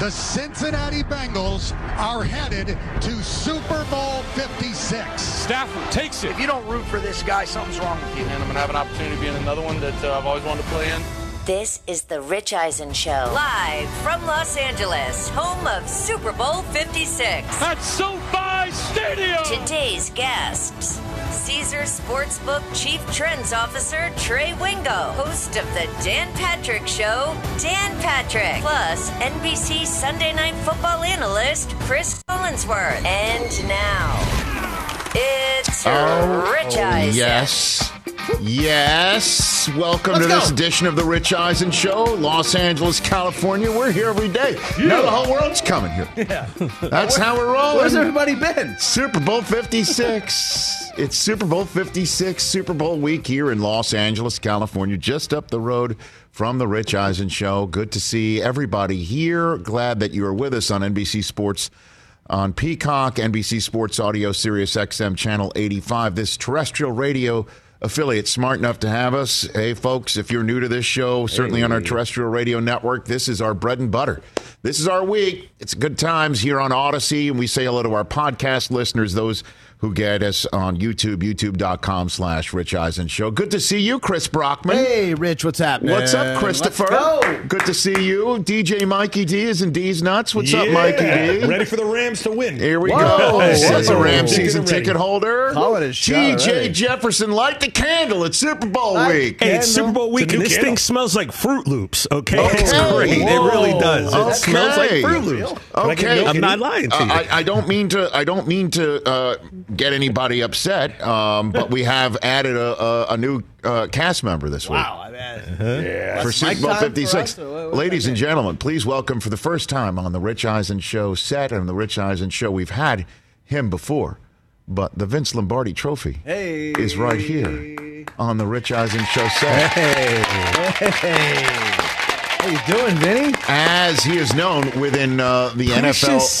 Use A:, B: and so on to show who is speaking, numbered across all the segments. A: the Cincinnati Bengals are headed to Super Bowl 56.
B: Stafford takes it.
C: If you don't root for this guy, something's wrong with you.
D: And I'm going to have an opportunity to be in another one that uh, I've always wanted to play in.
E: This is The Rich Eisen Show.
F: Live from Los Angeles, home of Super Bowl 56.
B: At SoFi Stadium.
F: Today's guests Caesar Sportsbook Chief Trends Officer Trey Wingo, host of The Dan Patrick Show, Dan Patrick, plus NBC Sunday Night Football analyst Chris Collinsworth. And now, it's Rich Eisen.
G: Yes. Yes. Welcome
A: Let's
G: to this
A: go.
G: edition of the Rich Eisen Show, Los Angeles, California. We're here every day. Now the whole world's coming here. That's how we're rolling.
C: Where's everybody been?
G: Super Bowl 56. it's Super Bowl 56, Super Bowl week here in Los Angeles, California, just up the road from the Rich Eisen Show. Good to see everybody here. Glad that you are with us on NBC Sports on Peacock, NBC Sports Audio, Sirius XM Channel 85. This terrestrial radio affiliate smart enough to have us. Hey, folks, if you're new to this show, certainly on our terrestrial radio network, this is our bread and butter. This is our week. It's good times here on Odyssey, and we say hello to our podcast listeners, those who get us on YouTube, youtube.com slash Rich Eisen Show. Good to see you, Chris Brockman.
H: Hey, Rich, what's happening?
G: What's up, Christopher?
C: let's go.
G: Good to see you. DJ Mikey D is in D's Nuts. What's up, Mikey D?
I: Ready for the Rams to win.
G: Here we
H: Whoa,
G: go.
H: whoa,
G: Says a
H: whoa.
G: Ram season
I: Ticket already.
G: ticket holder.
H: Call it a shot
G: TJ
H: already.
G: Jefferson light the candle at Super Bowl
H: Light
G: week.
I: Hey, it's
H: Candle.
I: Super Bowl week,
H: It's a
I: and
H: new
I: this
H: candle.
I: thing smells like Fruit Loops. Okay,
G: Okay.
I: Oh, it's
G: Oh,
I: great.
G: Whoa.
I: It really does. It
G: Okay.
I: smells like Fruit Loops. Can I get
G: Okay,
I: milk? I'm not lying to
G: Uh,
I: you.
G: I, I don't mean to. I don't mean to uh, get anybody upset. Um, but we have added a, a, a new uh, cast member this week.
H: Wow, I
I: Uh-huh.
H: mean,
G: for Super Bowl
H: time for
G: 56.
H: us, or what- what
G: Ladies and gentlemen, please welcome for the first time on the Rich Eisen Show set and the Rich Eisen Show. We've had him before, but the Vince Lombardi Trophy is right here on the Rich Eisen Show set.
H: How you doing, Vinny?
G: As he is known within uh, the
H: Precious.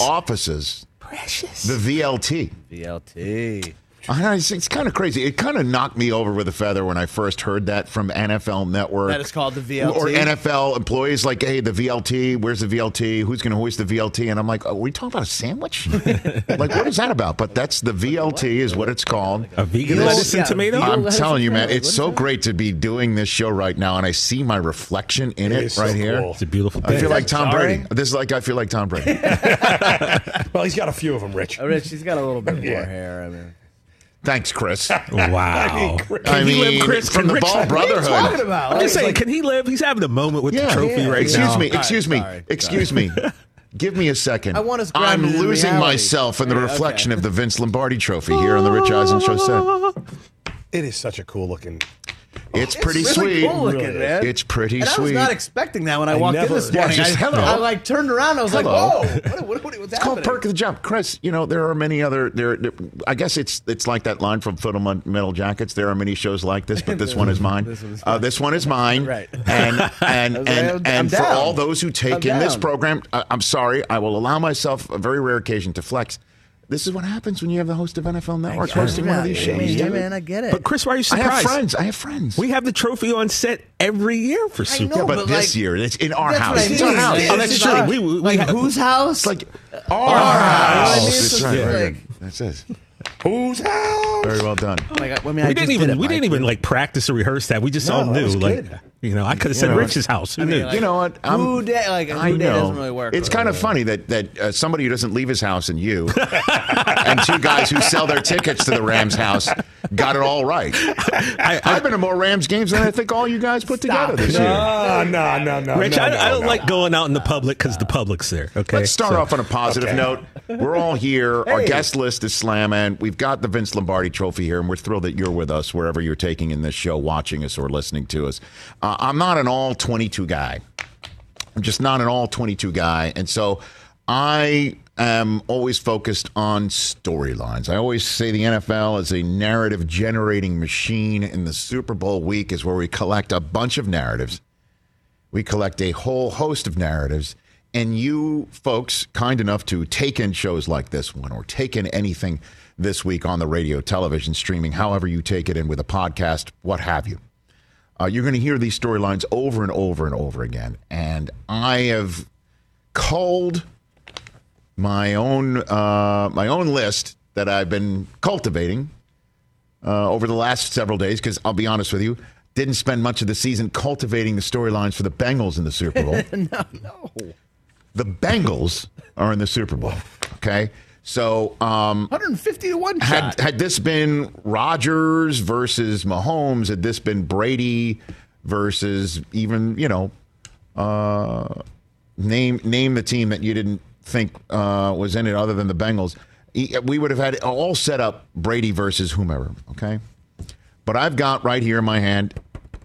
G: NFL offices,
H: Precious.
G: the VLT.
H: VLT.
G: I know, it's, it's kind of crazy. It kind of knocked me over with a feather when I first heard that from NFL Network.
H: That is called the VLT?
G: Or NFL employees like, hey, the VLT, where's the VLT? Who's going to hoist the VLT? And I'm like, oh, are we talking about a sandwich? like, what is that about? But that's the VLT is what it's called.
I: a vegan lettuce and tomato.
G: I'm telling you, man, it's so great to be doing this show right now, and I see my reflection in it,
I: is
G: right
I: so
G: here.
I: cool. It's a beautiful
G: I
I: thing.
G: feel
I: Is
G: like
I: that
G: Tom
H: jarring?
G: Brady. This is like I feel like Tom Brady.
I: well, he's got a few of them, Rich.
H: Oh, Rich, he's got a little bit more hair. I mean,
G: Thanks, Chris.
I: Wow.
G: I
I: Can he
G: mean,
I: live, Chris?
G: from
I: Can
G: the
I: Rich
G: Ball
I: live?
G: Brotherhood.
H: about?
I: I'm just saying, can he live? He's having a moment with the trophy right
G: excuse
I: now.
G: me,
H: All right,
G: excuse me,
H: sorry,
G: excuse me. Give me a second.
H: I want us
G: I'm
H: grounded in
G: losing
H: reality.
G: myself in the
H: Yeah,
G: reflection of the Vince Lombardi Trophy here on the Rich Eisen Show set.
I: It is such a cool looking.
G: It's pretty
H: really
G: sweet.
H: Cool looking,
I: Really is.
H: man.
G: It's pretty
H: and I was
G: sweet.
H: not expecting that when I walked
I: never-
H: in this
I: Yeah,
H: morning.
G: just
H: I,
G: hello.
H: I like turned around. I was
G: Hello.
H: like, whoa, what, what, what, what's
G: It's
H: happening?
G: called Perk of the Job. Chris, you know, there are many other there, there- I guess it's it's like that line from Fundamental Jackets. There are many shows like this, but this one is mine. This,
H: one's
G: uh, this one is mine.
H: Right.
G: And and
H: I was
G: and,
H: like, I'm- I'm
G: and for
H: down.
G: all those who take
H: I'm
G: in this
H: down.
G: program, I, I'm sorry, I will allow myself a very rare occasion to flex. This is what happens when you have the host of NFL Network hosting one of these
H: yeah,
G: shows.
H: yeah,
G: dude.
H: man, I get it.
I: But Chris, why are you
G: I
I: surprised?
G: have friends. I have friends.
I: We have the trophy on set every year for
H: I
I: Super
H: know,
G: yeah, but,
H: but
G: this
H: like-
G: year it's in our
H: That's
G: house.
H: what I
G: It's our
H: mean.
G: house.
H: Like,
I: Oh,
H: it's
I: that's
H: just
I: true.
H: our-
I: We- we- we
H: like
I: have-
H: whose house?
G: It's like
H: our house. I mean, it's
G: That's
H: just
G: right. Very
H: like,
G: good. That's it.
I: Who's out?
G: Very well done.
H: like, I mean,
I: We
H: I
I: didn't
H: just
I: even
H: did it,
I: we didn't
H: Mike.
I: even like practice or rehearse that. We just No, all that knew. was Like good. you know, I could have said
G: know,
I: Rich's house. Who
H: I mean,
I: knew?
H: like-
G: you know what? I'm-
H: Who day? Like
G: I
H: who day
G: know.
H: doesn't really work.
G: It's kind of funny that that uh, somebody who doesn't leave his house and you, and two guys who sell their tickets to the Rams house, got it all right. I, have been to more Rams games than I think all you guys put together this year.
I: No, no, no, no. Rich,
B: no,
I: I,
B: no,
I: I don't
B: no.
I: like going out in the public because the public's there. Okay.
G: Let's start
I: So-
G: off on a positive
I: Okay.
G: note. We're all here. Our
H: Hey.
G: guest list is slamming. We've got the Vince Lombardi Trophy here, and we're thrilled that you're with us wherever you're taking in this show, watching us or listening to us. Uh, I'm not an all 22 guy. I'm just not an all 22 guy. And so I am always focused on storylines. I always say the NFL is a narrative generating machine, and the Super Bowl week is where we collect a bunch of narratives. We collect a whole host of narratives. And you folks, kind enough to take in shows like this one or take in anything this week on the radio, television, streaming, however you take it in with a podcast, what have you. Uh, you're going to hear these storylines over and over and over again. And I have culled my own uh, my own list that I've been cultivating uh, over the last several days because I'll be honest with you, didn't spend much of the season cultivating the storylines for the Bengals in the Super Bowl. no, no. The Bengals are in the Super Bowl. Okay, so um,
H: 150 to one
G: had
H: shot.
G: had this been Rodgers versus Mahomes, had this been Brady versus even you know, uh, name name the team that you didn't think uh, was in it other than the Bengals, e- we would have had it all set up Brady versus whomever. Okay, but I've got right here in my hand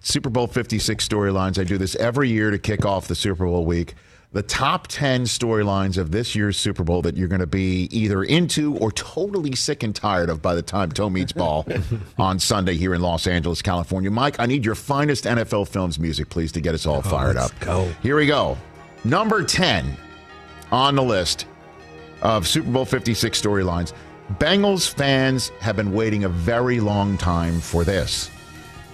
G: Super Bowl 56 storylines. I do this every year to kick off the Super Bowl week. The top 10 storylines of this year's Super Bowl that you're going to be either into or totally sick and tired of by the time Toe meets ball on Sunday here in Los Angeles, California. Mike, I need your finest NFL films music, please, to get us all fired
I: Oh, let's
G: up.
I: go.
G: Here we go. Number 10 on the list of Super Bowl 56 storylines. Bengals fans have been waiting a very long time for this.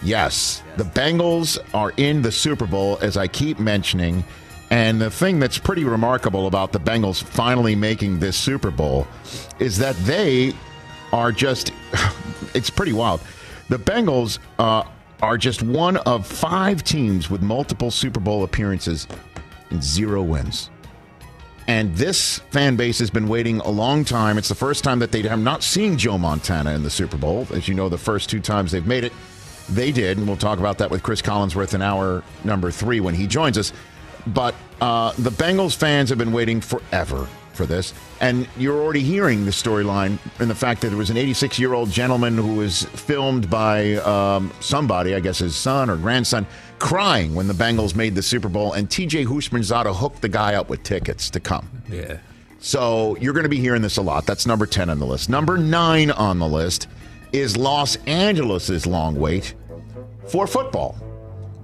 G: Yes, the Bengals are in the Super Bowl, as I keep mentioning. And the thing that's pretty remarkable about the Bengals finally making this Super Bowl is that they are just, it's pretty wild. The Bengals uh, are just one of five teams with multiple Super Bowl appearances and zero wins. And this fan base has been waiting a long time. It's the first time that they have not seen Joe Montana in the Super Bowl. As you know, the first two times they've made it, they did. And we'll talk about that with Chris Collinsworth in hour number three when he joins us. But uh, the Bengals fans have been waiting forever for this. And you're already hearing the storyline and the fact that there was an 86 year old gentleman who was filmed by um, somebody, I guess his son or grandson, crying when the Bengals made the Super Bowl. And TJ Hushmanzada hooked the guy up with tickets to come.
I: Yeah.
G: So you're going to be hearing this a lot. That's number 10 on the list. Number nine on the list is Los Angeles' long wait for football.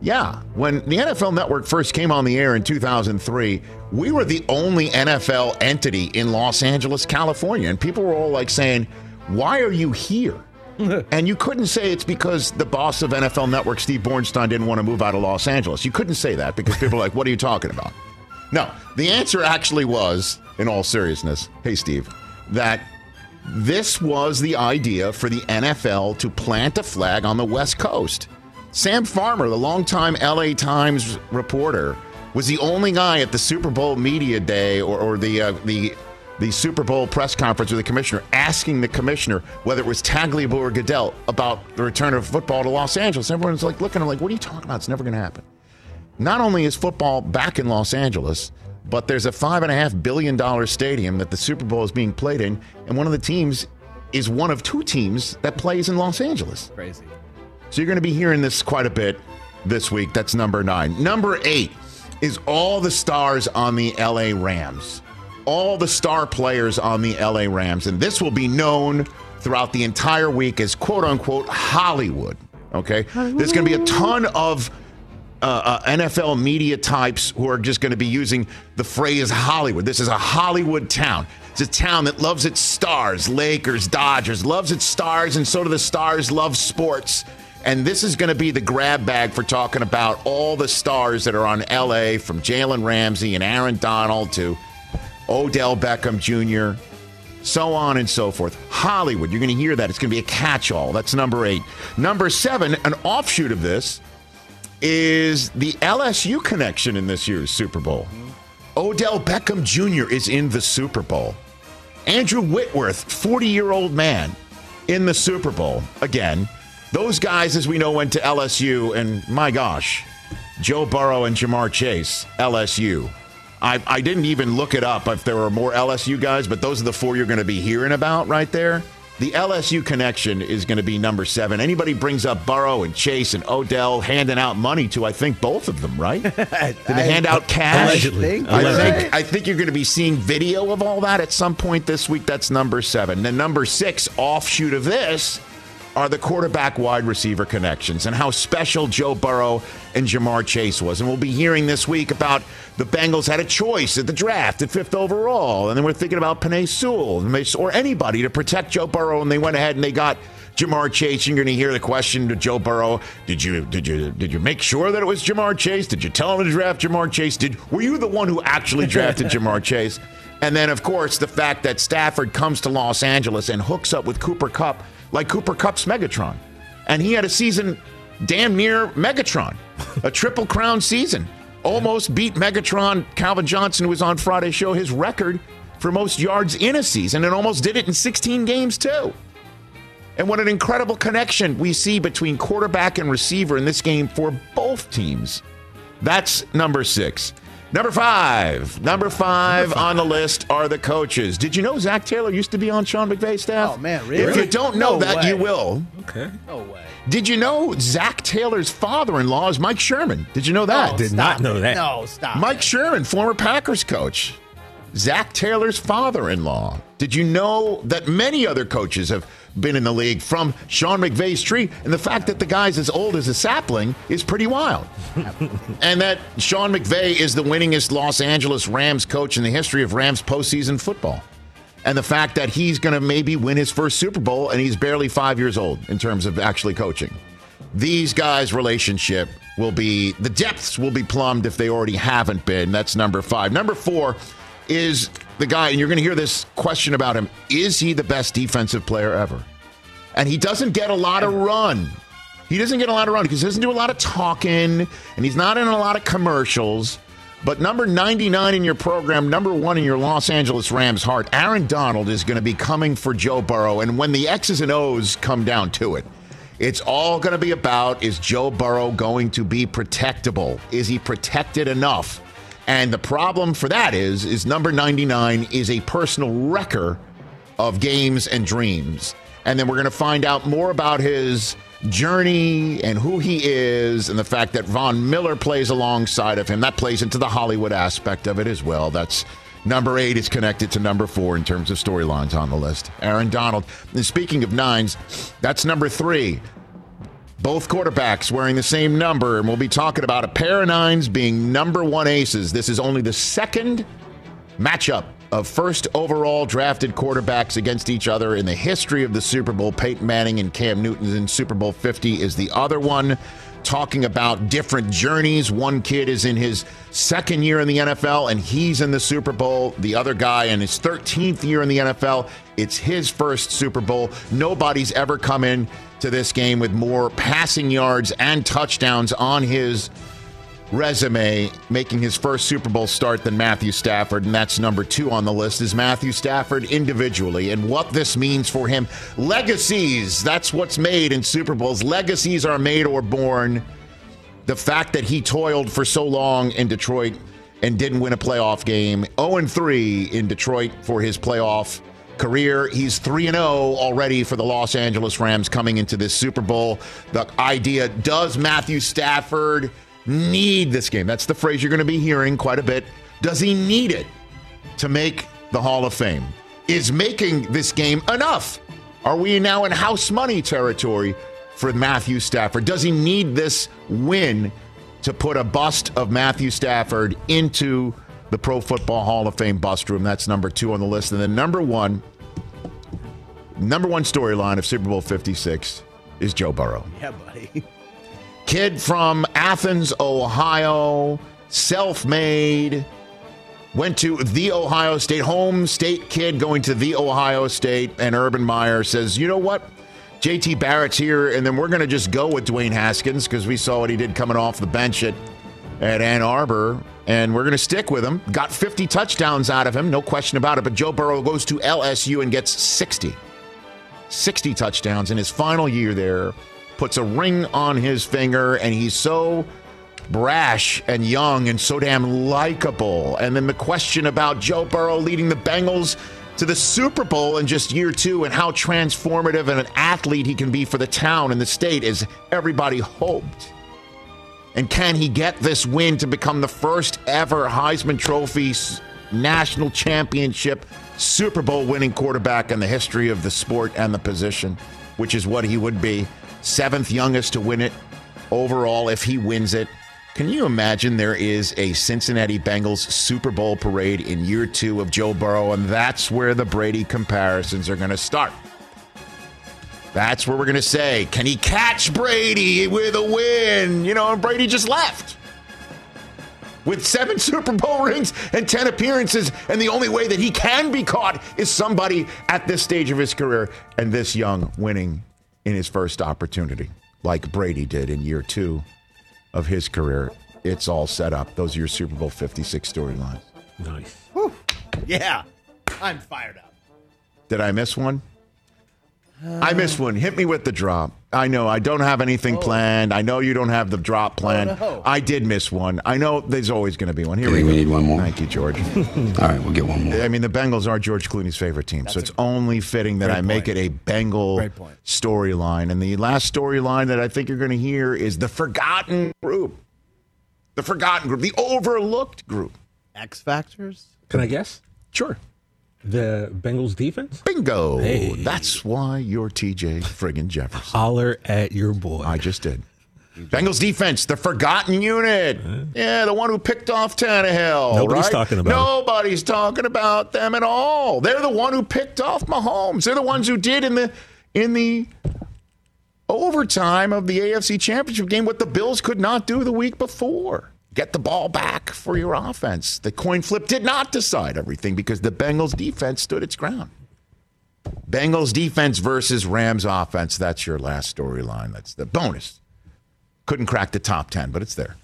G: Yeah, when the NFL Network first came on the air in 2003, we were the only NFL entity in Los Angeles, California. And people were all like saying, Why are you here? and you couldn't say it's because the boss of NFL Network, Steve Bornstein, didn't want to move out of Los Angeles. You couldn't say that because people were like, What are you talking about? No, the answer actually was, in all seriousness, hey, Steve, that this was the idea for the NFL to plant a flag on the West Coast. Sam Farmer, the longtime LA Times reporter, was the only guy at the Super Bowl media day or, or the uh, the the Super Bowl press conference with the commissioner asking the commissioner whether it was Tagliabue or Goodell about the return of football to Los Angeles. Everyone's like looking at him like, "What are you talking about? It's never going to happen." Not only is football back in Los Angeles, but there's a five and a half billion dollar stadium that the Super Bowl is being played in, and one of the teams is one of two teams that plays in Los Angeles.
H: Crazy.
G: So you're going to be hearing this quite a bit this week. That's number nine. Number eight is all the stars on the LA Rams, all the star players on the LA Rams. And this will be known throughout the entire week as quote unquote Hollywood. Okay. There's going to be a ton of. Uh, uh, NFL media types who are just going to be using the phrase Hollywood. This is a Hollywood town. It's a town that loves its stars, Lakers, Dodgers, loves its stars, and so do the stars love sports. And this is going to be the grab bag for talking about all the stars that are on LA, from Jalen Ramsey and Aaron Donald to Odell Beckham Jr., so on and so forth. Hollywood, you're going to hear that. It's going to be a catch all. That's number eight. Number seven, an offshoot of this is the LSU connection in this year's Super Bowl. Odell Beckham Jr. is in the Super Bowl. Andrew Whitworth, 40 year old man, in the Super Bowl again. Those guys, as we know, went to LSU, and my gosh, Joe Burrow and Jamar Chase, LSU. I, I didn't even look it up if there were more LSU guys, but those are the four you're going to be hearing about right there. The LSU connection is going to be number seven. Anybody brings up Burrow and Chase and Odell handing out money to, I think, both of them, right? Did they hand out cash?
I: Allegedly.
H: think-
G: I
I: Allegedly.
G: think, I think you're going to be seeing video of all that at some point this week. That's number seven. Then number six, offshoot of this, are the quarterback wide receiver connections and how special Joe Burrow and Jamar Chase was. And we'll be hearing this week about the Bengals had a choice at the draft at fifth overall. And then we're thinking about Panay Sewell or anybody to protect Joe Burrow. And they went ahead and they got Jamar Chase. You're going to hear the question to Joe Burrow: Did you did you did you make sure that it was Jamar Chase? Did you tell him to draft Jamar Chase? Did were you the one who actually drafted Jamar Chase? And then, of course, the fact that Stafford comes to Los Angeles and hooks up with Cooper Cup like Cooper Cup's Megatron, and he had a season damn near Megatron, a triple crown season. Almost beat Megatron. Calvin Johnson, who was on Friday's show, his record for most yards in a season, and almost did it in 16 games too. And what an incredible connection we see between quarterback and receiver in this game for both teams. That's number six. Number five. Number five, on the list are the coaches. Did you know Zach Taylor used to be on Sean McVay's staff?
H: Oh, man, really?
G: If you don't know
H: No
G: that,
H: way.
G: you will.
I: Okay.
H: No way.
G: Did you know Zach Taylor's father-in-law is Mike Sherman? Did you know that?
H: Oh,
I: did
H: stop
I: not know
H: it.
I: that.
H: No, Oh, stop.
G: Mike
H: it.
G: Sherman, former Packers coach. Zach Taylor's father in law. Did you know that many other coaches have been in the league from Sean McVay's tree? And the fact that the guy's as old as a sapling is pretty wild. and that Sean McVay is the winningest Los Angeles Rams coach in the history of Rams postseason football. And the fact that he's going to maybe win his first Super Bowl and he's barely five years old in terms of actually coaching these guys' relationship will be the depths will be plumbed if they already haven't been. That's number five. Number four is the guy, and you're going to hear this question about him: Is he the best defensive player ever? And he doesn't get a lot of run. He doesn't get a lot of run because he doesn't do a lot of talking, and he's not in a lot of commercials. But number 99 in your program, number one in your Los Angeles Rams heart, Aaron Donald is going to be coming for Joe Burrow. And when the X's and O's come down to it, it's all going to be about is Joe Burrow going to be protectable? Is he protected enough? And the problem for that is is number 99 is a personal wrecker of games and dreams. And then we're going to find out more about his journey and who he is and the fact that Von Miller plays alongside of him. That plays into the Hollywood aspect of it as well. That's number eight is connected to number four in terms of storylines on the list. Aaron Donald. And speaking of nines, that's number three. Both quarterbacks wearing the same number, and we'll be talking about a pair of nines being number one aces. This is only the second matchup of first overall drafted quarterbacks against each other in the history of the Super Bowl. Peyton Manning and Cam Newton in Super Bowl 50 is the other one. Talking about different journeys. One kid is in his second year in the NFL and he's in the Super Bowl. The other guy in his 13th year in the NFL, it's his first Super Bowl. Nobody's ever come in to this game with more passing yards and touchdowns on his resume making his first Super Bowl start than Matthew Stafford, and that's number two on the list is Matthew Stafford individually and what this means for him. Legacies, that's what's made in Super Bowls. Legacies are made or born. The fact that he toiled for so long in Detroit and didn't win a playoff game, 0 3 in Detroit for his playoff career. He's 3 0 already for the Los Angeles Rams coming into this Super Bowl. The idea does Matthew Stafford need this game? That's the phrase you're going to be hearing quite a bit. Does he need it to make the Hall of Fame? Is making this game enough? Are we now in house money territory for Matthew Stafford? Does he need this win to put a bust of Matthew Stafford into the Pro Football Hall of Fame bust room? That's number two on the list. And then number one, number one storyline of Super Bowl 56 is Joe Burrow
H: Yeah, buddy.
G: kid from Athens, Ohio, self made, went to the Ohio State, home state kid going to the Ohio State, and Urban Meyer says, you know what? JT Barrett's here, and then we're going to just go with Dwayne Haskins because we saw what he did coming off the bench at, at Ann Arbor, and we're going to stick with him. Got 50 touchdowns out of him, no question about it, but Joe Burrow goes to LSU and gets 60. 60 touchdowns in his final year there, puts a ring on his finger, and he's so brash and young and so damn likable. And then the question about Joe Burrow leading the Bengals to the Super Bowl in just year two and how transformative and an athlete he can be for the town and the state as everybody hoped. And can he get this win to become the first ever Heisman Trophy s- national championship Super Bowl winning quarterback in the history of the sport and the position, which is what he would be? Seventh youngest to win it overall if he wins it. Can you imagine there is a Cincinnati Bengals Super Bowl parade in year two of Joe Burrow? And that's where the Brady comparisons are going to start. That's where we're going to say, can he catch Brady with a win? You know, and Brady just left. With seven Super Bowl rings and 10 appearances, and the only way that he can be caught is somebody at this stage of his career and this young winning in his first opportunity, like Brady did in year two of his career. It's all set up. Those are your Super Bowl 56 storylines.
I: Nice.
H: Yeah. I'm fired up.
G: Did I miss one? I missed
H: Uh.
G: one. Hit me with the drop. I know I don't have anything planned. I know you don't have the drop planned.
H: Oh. no.
G: I did miss one. I know there's always going to be one. Here
C: You
G: we
C: think
G: go.
C: we need one more?
G: Thank you, George.
C: All right, we'll get one more.
G: I mean, the Bengals are George Clooney's favorite team, so it's only fitting that I make it a Bengal
H: Great point.
G: storyline. And the last storyline that I think you're going to hear is the forgotten group, the forgotten group, the overlooked group.
H: X Factors?
I: Can I guess?
G: Sure.
I: The Bengals defense?
G: Bingo. That's why you're TJ friggin' Jefferson.
I: Holler at your boy.
G: I just did. Bengals defense, the forgotten unit. Yeah, the one who picked off Tannehill.
I: Nobody's
G: right?
I: talking about it.
G: Nobody's talking about them at all. They're the one who picked off Mahomes. They're the ones who did in the in the overtime of the AFC Championship game what the Bills could not do the week before. Get the ball back for your offense. The coin flip did not decide everything because the Bengals defense stood its ground. Bengals defense versus Rams offense. That's your last storyline. That's the bonus. Couldn't crack the top 10, but it's there.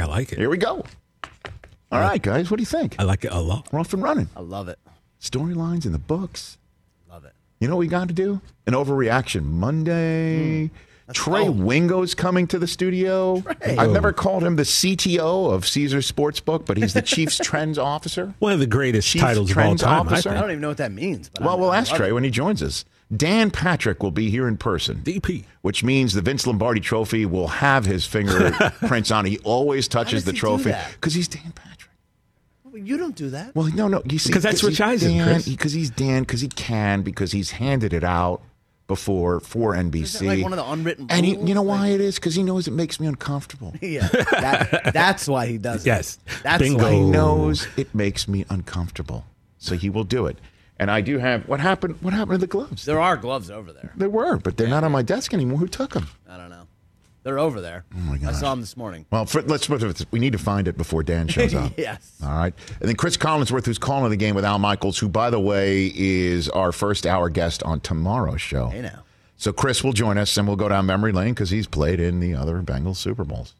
I: I like it.
G: Here we go. All right, guys, what do you think?
I: I like it a lot.
G: We're off and running.
H: I love it.
G: Storylines in the books.
H: Love it.
G: You know what we got to do? An overreaction Monday.
H: Hmm.
G: Trey Wingo's coming to the studio. I've never called him the CTO of Caesar Sportsbook, but he's the Chief's Trends Officer.
I: One of the greatest
G: Chief
I: titles of all
G: Trends
I: time.
G: Officer.
H: I
I: I
H: don't even know what that means. But
G: Well,
H: I'm-
G: we'll
H: I
G: ask
H: love
G: Trey
H: it.
G: when he joins us. Dan Patrick will be here in person.
I: think. DP.
G: which means the Vince Lombardi Trophy will have his fingerprints on it. He always touches
H: does
G: the
H: he do
G: trophy
H: that?
G: because he's Dan Patrick.
H: You don't do that.
G: Well, no, no, you see,
I: 'Cause that's Rich Eisen, Chris.
G: Because he's Dan, because he can, because he's handed it out before for NBC.
H: like one of the unwritten
G: And he,
H: rules?
G: you know
H: Like-
G: why it is? Because he knows it makes me uncomfortable.
H: Yeah. That, that's why he does it.
I: Yes.
H: That's
I: Bingo.
H: why he
G: He knows it makes me uncomfortable, so he will do it. And I do have what happened. What happened to the gloves?
H: There are gloves over there.
G: There were, but they're not on my desk anymore. Who took them?
H: I don't know. They're over there. Oh
G: my
H: I
G: gosh.
H: saw him this morning.
G: Well, for, let's put it. We need to find it before Dan shows up.
H: Yes.
G: All right. And then Chris Collinsworth, who's calling the game with Al Michaels, who, by the way, is our first hour guest on tomorrow's show.
H: Hey now.
G: So Chris will join us and we'll go down memory lane because he's played in the other Bengals Super Bowls.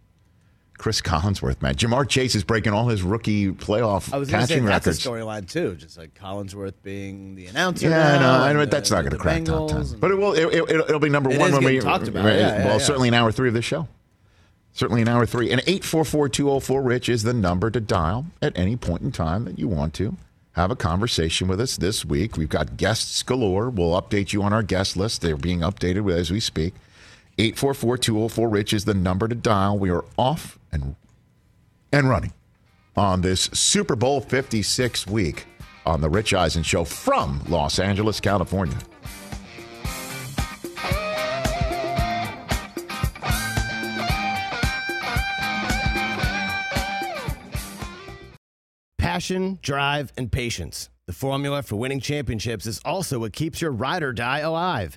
G: Chris Collinsworth, man. Jamar Chase is breaking all his rookie playoff
H: I was going to say
G: catching
H: that's a
G: records.
H: storyline too, just like Collinsworth being the announcer.
G: Yeah, no,
H: now
G: I
H: and
G: mean, that's
H: the-
G: not going to
H: the
G: crack top
H: Bengals
G: ten.
H: and-
G: But it will. It, it, it'll- it'll be number
H: It
G: one
H: is
G: when we
H: getting talked about.
G: right,
H: Yeah, yeah,
G: well,
H: yeah.
G: certainly in hour three of this show. Certainly in hour three. And eight four four two zero four Rich is the number to dial at any point in time that you want to have a conversation with us this week. We've got guests galore. We'll update you on our guest list. They're being updated as we speak. 844-204 Rich is the number to dial. We are off and and running on this Super Bowl 56 week on the Rich Eisen show from Los Angeles, California.
J: Passion, drive, and patience. The formula for winning championships is also what keeps your ride or die alive.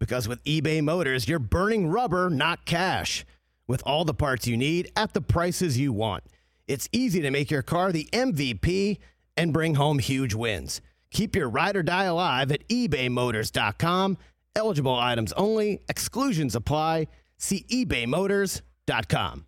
J: Because with eBay Motors, you're burning rubber, not cash. With all the parts you need at the prices you want, it's easy to make your car the MVP and bring home huge wins. Keep your ride or die alive at ebaymotors.com. Eligible items only, exclusions apply. See ebaymotors.com.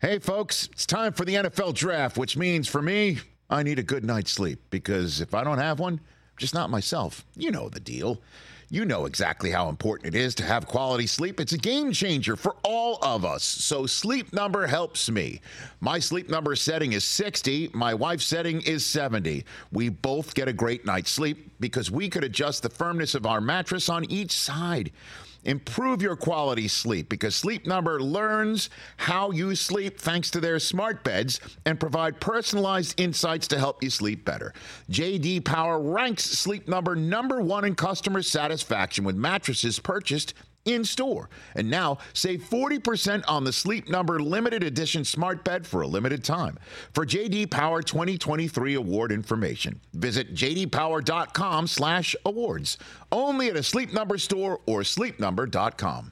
G: Hey, folks, it's time for the NFL draft, which means for me, I need a good night's sleep because if I don't have one, I'm just not myself. You know the deal. You know exactly how important it is to have quality sleep. It's a game changer for all of us. So, Sleep Number helps me. My sleep number setting is 60, my wife's setting is 70. We both get a great night's sleep because we could adjust the firmness of our mattress on each side. Improve your quality sleep because Sleep Number learns how you sleep thanks to their smart beds and provide personalized insights to help you sleep better. JD Power ranks Sleep Number number 1 in customer satisfaction with mattresses purchased in store. And now save 40% on the Sleep Number limited edition smart bed for a limited time. For JD Power 2023 award information, visit jdpower.com/awards. Only at a Sleep Number store or sleepnumber.com.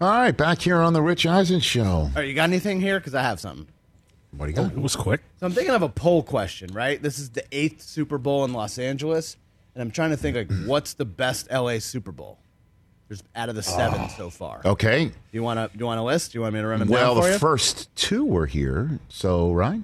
G: All right, back here on the Rich Eisen show.
H: All right, you got anything here? Because I have something.
G: What do you got?
I: It was quick.
H: So I'm thinking of a poll question, right? This is the eighth Super Bowl in Los Angeles, and I'm trying to think like, what's the best LA Super Bowl? There's out of the seven so far. Do
G: Ah, Okay.
H: you want to? Do you want to list? Do you want me to run them
G: Well,
H: down for
G: the
H: you?
G: first two were here, so right?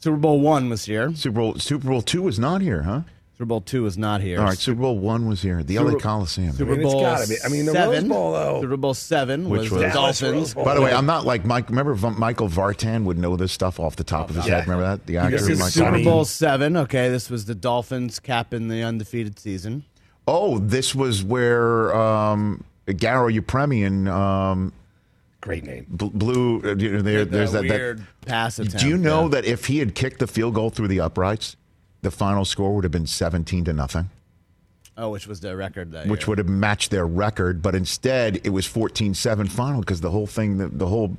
H: Super Bowl one was here.
G: Super Bowl Super Bowl 2 was not here, huh?
H: Super Bowl two is not here.
G: All right, Super Bowl 1 was here. The LA Coliseum.
H: Super
K: mean, it's
H: Bowl
K: gotta be. I mean, the Rose
H: seven,
K: Bowl, though.
H: Super Bowl seven
G: Which
H: was,
G: was-
H: the
K: Dallas Rose
H: Dolphins.
K: Bowl.
G: By the way, I'm not like Mike. Remember, v- Michael Vartan would know this stuff off the top of his head. Remember that the actor.
K: This is
G: Michael
K: Super
H: Super
G: Vartan.
H: Bowl seven. Okay, this was the Dolphins capping the undefeated season.
G: Oh, this was where um, Garo Upremian um,
K: Great name.
G: bl- blew. uh, You know, there, there's that.
H: weird pass
G: that
H: attempt.
G: do you know
H: yeah.
G: that if he had kicked the field goal through the uprights, the final score would have been 17 to nothing,
H: Oh, which was the record that
G: which
H: year.
G: would have matched their record. But instead, it was 14-7 final because the whole thing, the, the whole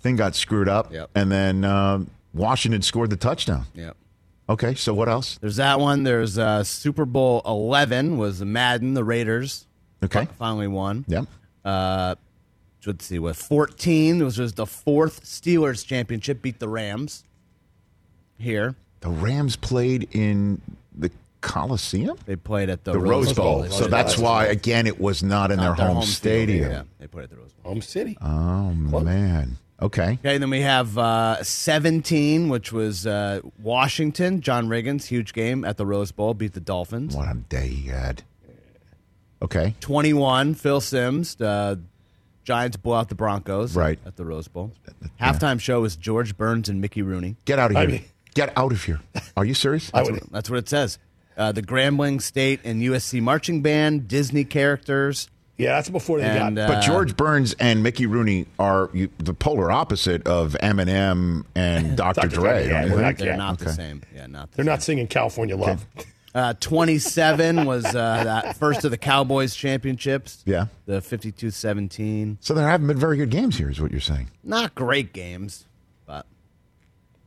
G: thing got screwed up,
H: Yep.
G: and then uh, Washington scored the touchdown.
H: Yep.
G: Okay, so what else?
H: There's that one. There's uh, Super Bowl 11 was Madden, the Raiders.
G: Okay.
H: fi- Finally won.
G: Yep.
H: Uh, let's see, what? 14, which was the fourth Steelers championship, beat the Rams here.
G: The Rams played in the Coliseum,
H: They played at the,
G: the Rose Bowl.
K: Bowl.
G: So
K: Yeah,
G: that's
K: that's
G: why, again, it was not in
H: Not
G: their, home,
H: field,
G: stadium.
H: Yeah, they played at the Rose Bowl.
K: Home City.
G: Oh man. Okay.
H: Okay, then we have uh, 17, which was uh, Washington, John Riggins, huge game at the Rose Bowl, beat the Dolphins.
G: What a day he had. Okay.
H: 21, Phil Sims, the Giants blow out the Broncos
G: Right. Uh,
H: at the Rose Bowl. Halftime show was George Burns and Mickey Rooney.
G: Get out of
K: I
G: here.
K: mean-
G: Get out of here. Are you serious?
K: I would.
H: That's what it says. Uh, the Grambling State and USC marching band, Disney characters,
K: Yeah, that's before they
H: and
K: got.
H: uh,
G: but George Burns and Mickey Rooney are you, the polar opposite of Eminem and
K: Dr.
G: Dr. Dre.
K: Dre, yeah,
G: don't you
K: we're
G: think?
K: not-
H: they're not the
G: okay.
H: same. Yeah, not. The
K: They're not singing California Love.
H: Uh, 27 was uh, that first of the Cowboys championships.
G: Yeah.
H: The 52-17.
G: So there haven't been very good games here, is what you're saying.
H: Not great games, but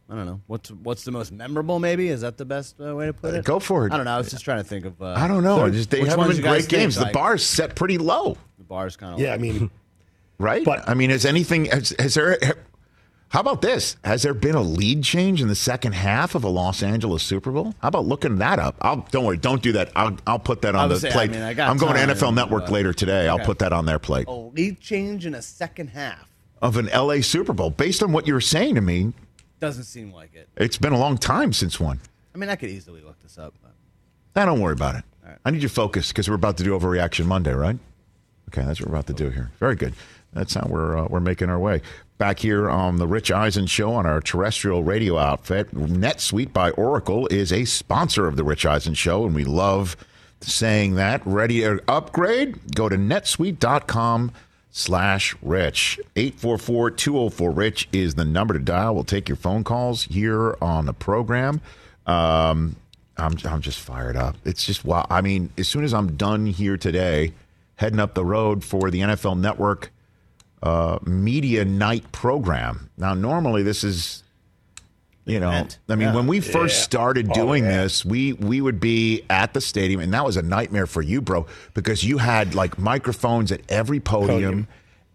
H: I don't know. What's what's the most memorable maybe? Is that the best uh, way to put
G: Uh,
H: it?
G: go for it.
H: I don't know. I was just trying to think of uh,
G: I don't know.
H: so
G: I just they
H: which
G: haven't
H: ones
G: been
H: you guys
G: great
H: think,
G: games.
H: like,
G: the bar's set pretty low.
H: the bar's kind of
K: Yeah, I mean,
G: right?
K: But-
G: I mean, has anything has, has there? ha- How about this? Has there been a lead change in the second half of a Los Angeles Super Bowl? How about looking that up? I'll don't worry, don't do that. I'll I'll put that
H: I
G: on the
H: was saying, I
G: plate.
H: mean, I got
G: am going
H: time,
G: to NFL Network
H: but-
G: later today. I'll
H: Okay.
G: put that on their plate
H: a lead "Oh, change in a second half.
G: of an LA Super Bowl. Based on what you were saying to me,
H: Doesn't seem like it.
G: it's been a long time since one.
H: I mean, I could easily look this up. But.
G: Now, don't worry about it. I need your focus because we're about to do Overreaction Monday, right? Okay, that's what we're about to do here. Very good. That's how we're uh, we're making our way back here on the Rich Eisen show on our terrestrial radio outfit. NetSuite by Oracle is a sponsor of the Rich Eisen show, and we love saying that. Ready to upgrade? Go to netsuite.com slash rich 844-204-rich is the number to dial we'll take your phone calls here on the program um i'm, I'm just fired up it's just wow i mean as soon as i'm done here today heading up the road for the nfl network uh media night program now normally this is you know
H: Event.
G: i mean when we first
K: Yeah.
G: started
K: Oh,
G: doing
K: yeah.
G: this we we would be at the stadium and that was a nightmare for you bro because you had like microphones at every podium,
K: Podium.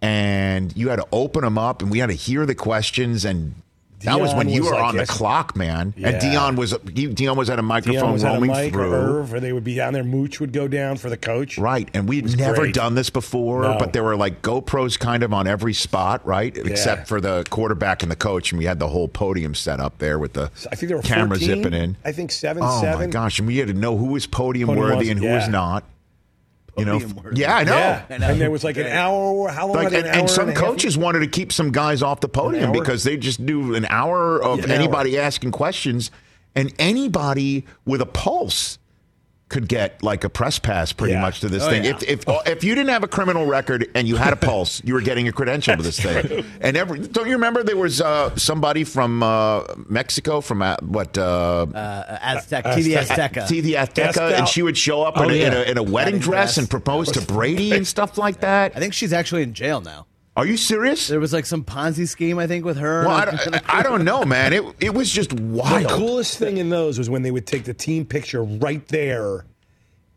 G: and you had to open them up and we had to hear the questions and that was
K: Dion
G: when you
K: was
G: were
K: like
G: on the
K: this.
G: clock man
K: Yeah.
G: and dion was he- dion was at a microphone
K: was at a
G: roaming
K: mic or
G: through
K: Irv, or they would be down there. Mooch would go down for the coach.
G: Right, and we'd
K: was
G: never
K: great.
G: done this before,
K: No.
G: but there were like GoPros kind of on every spot, right? Except for the quarterback and the coach, and we had the whole podium set up there with the
K: I think there were
G: camera
K: 14,
G: zipping in.
K: I think seven,
G: Oh my
K: seven.
G: gosh! And we had to know who was podium,
K: Podium
G: worthy
K: was-
G: and who was
K: yeah.
G: not. You know,
H: Podium worthy.
G: yeah, I know.
K: Yeah.
H: I know.
K: And there was like an
H: Yeah.
K: hour. How long?
G: Like,
K: was it,
G: and,
K: an
G: and
K: hour
G: some
K: a half?
G: coaches wanted to keep some guys off the podium
K: hour?
G: because they just do an hour of
K: Yeah, an
G: anybody asking questions and anybody with a pulse could get like a press pass pretty
K: Yeah.
G: much to this
K: Oh,
G: thing.
K: yeah.
G: If if if you didn't have a criminal record and you had a pulse, you were getting a credential to this thing. And every don't you remember there was uh, somebody from uh, Mexico from uh, what uh,
H: Uh, Aztec, TV Azteca.
G: TV Azteca, and she would show up in,
H: Oh,
G: a, in,
H: yeah.
G: a, in a wedding
H: Wedding
G: dress,
H: dress.
G: and propose to Brady and stuff like that.
H: I think she's actually in jail now.
G: Are you serious?
H: There was like some Ponzi scheme, I think, with her.
G: Well, I don't, I don't know, man. It it was just wild.
K: The coolest thing in those was when they would take the team picture right there.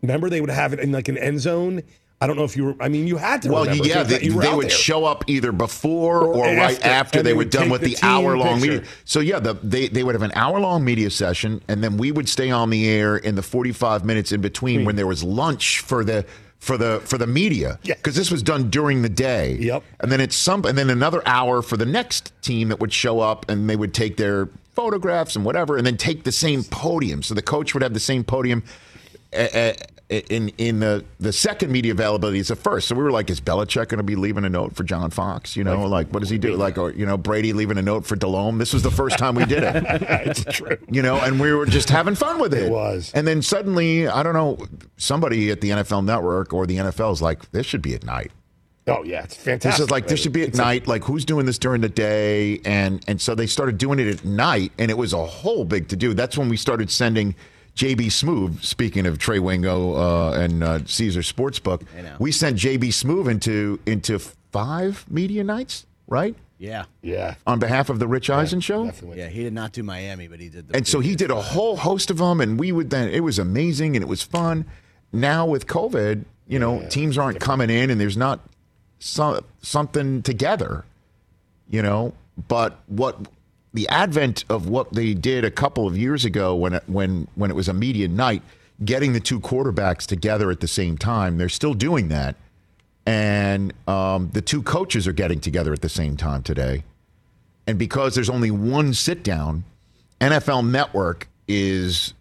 K: Remember, they would have it in like an end zone. I don't know if you were. I mean, you had to.
G: Well,
K: remember,
G: yeah,
K: so
G: they,
K: you were
G: they
K: out
G: would
K: there.
G: show up either before or,
K: Or
G: right
K: after,
G: after
K: and
G: they
K: they
G: were
K: would
G: done
K: take
G: with
K: the
G: the,
K: team
G: hour long
K: picture.
G: media. So yeah, the, they they would have an hour long media session, and then we would stay on the air in the forty five minutes in between when there was lunch for the. For the for the media,
K: Yeah.
G: because this was done during the day.
K: Yep.
G: and then it's some, and then another hour for the next team that would show up, and they would take their photographs and whatever, and then take the same podium. So the coach would have the same podium a- a- in in the the second media availability is the first. So we were like, is Belichick going to be leaving a note for John Fox? You know, like, what does he do? Like, or you know, Brady leaving a note for Delhomme. This was the first time we did it.
K: It's true.
G: You know, and we were just having fun with it.
K: It was.
G: And then suddenly, I don't know, somebody at the NFL Network or the NFL is like, this should be at night.
K: Oh yeah, it's fantastic.
G: This is like this should be at night. Like who's doing this during the day? And and so they started doing it at night, and it was a whole big to do. That's when we started sending JB Smoove. Speaking of Trey Wingo uh, and uh, Caesar Sportsbook, we sent JB Smoove into into five media nights, right?
H: yeah.
K: Yeah,
G: On behalf of the Rich Eisen show.
K: definitely.
H: Yeah, he did not do Miami, but he did the.
G: And so he did a whole host of them, and we would then it was amazing and it was fun. Now with COVID, you know, teams aren't coming in, and there's not so, something together, you know. But what the advent of what they did a couple of years ago when it, when when it was a media night, getting the two quarterbacks together at the same time, they're still doing that, and um, the two coaches are getting together at the same time today. And because there's only one sit down, NFL Network is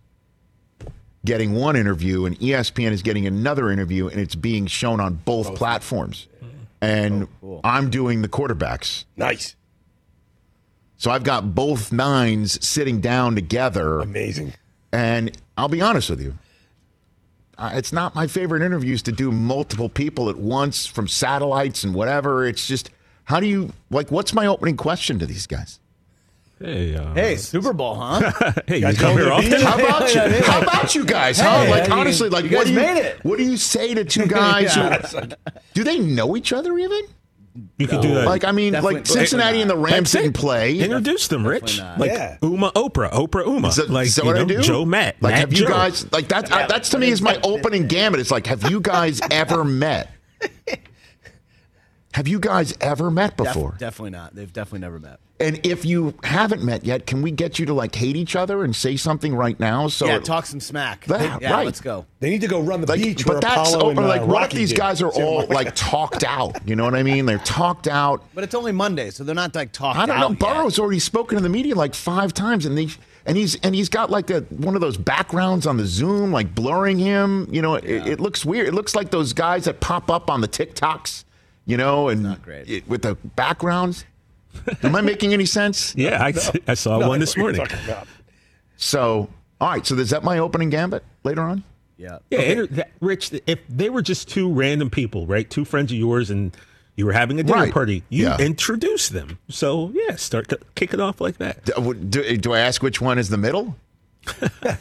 G: getting one interview and E ESPN is getting another interview, and it's being shown on both, platforms. And I'm doing the quarterbacks.
K: nice,
G: So I've got both nines sitting down together.
K: amazing.
G: And I'll be honest with you. I- It's not my favorite interviews to do multiple people at once from satellites and whatever. It's just, how do you, like, what's my opening question to these guys?
I: Hey, uh,
H: hey, Super Bowl, huh?
I: hey, you come here often?
G: How about you? How about you guys? huh?
H: Hey, I
G: Like
H: mean,
G: honestly, like
H: you
G: what
H: guys
G: do you,
H: made it.
G: what do you say to two guys?
H: Yeah.
G: who, do they know each other even?
I: You could do that.
G: Like I mean,
H: Definitely-
G: like Cincinnati and the Rams
I: That's it.
G: didn't play.
I: Introduce them, Rich. Like
K: Yeah.
I: Uma Oprah, Oprah Uma.
G: So,
I: like
G: so
I: you
G: what
I: know,
G: I do?
I: Joe Matt.
G: Like
I: Matt
G: have you
I: Joe.
G: guys? Like that? I- that's to me is my opening gambit. It's like have you guys ever met? Have you guys ever met
H: Def-
G: before?
H: definitely not. They've definitely never met.
G: and if you haven't met yet, can we get you to like hate each other and say something right now? So
H: yeah,
G: it-
H: talk some smack.
G: Yeah,
H: yeah,
G: right.
H: let's go.
K: They need to go run the
G: Like,
K: beach.
G: but
K: where
G: that's
K: Apollo
G: open.
K: and, uh,
G: like, what if
K: Rocky
G: these
K: did.
G: guys are
K: Something
G: all
K: like
G: like talked out? You know what I mean? They're talked out.
H: But it's only Monday, so they're not like talking.
G: I don't know.
H: out yet.
G: Burrow's already spoken to the media like five times, and they and he's and he's got like a, one of those backgrounds on the Zoom, like blurring him. You know, it, it looks weird. It looks like those guys that pop up on the TikToks. You know, and
H: great.
G: it- with the backgrounds. Am I making any sense?
I: Yeah, I, I saw
K: No,
I: one
K: I know
I: this
K: what you're
I: morning.
K: talking about.
G: So, all right. So, is that my opening gambit later on?
H: Yeah.
I: Yeah, inter- that, Rich, if they were just two random people, right? Two friends of yours, and you were having a dinner
G: Right.
I: party, you
G: Yeah.
I: introduce them. So, yeah, start to kick it off like that.
G: D- would- Uh, Do, do I ask which one is the middle?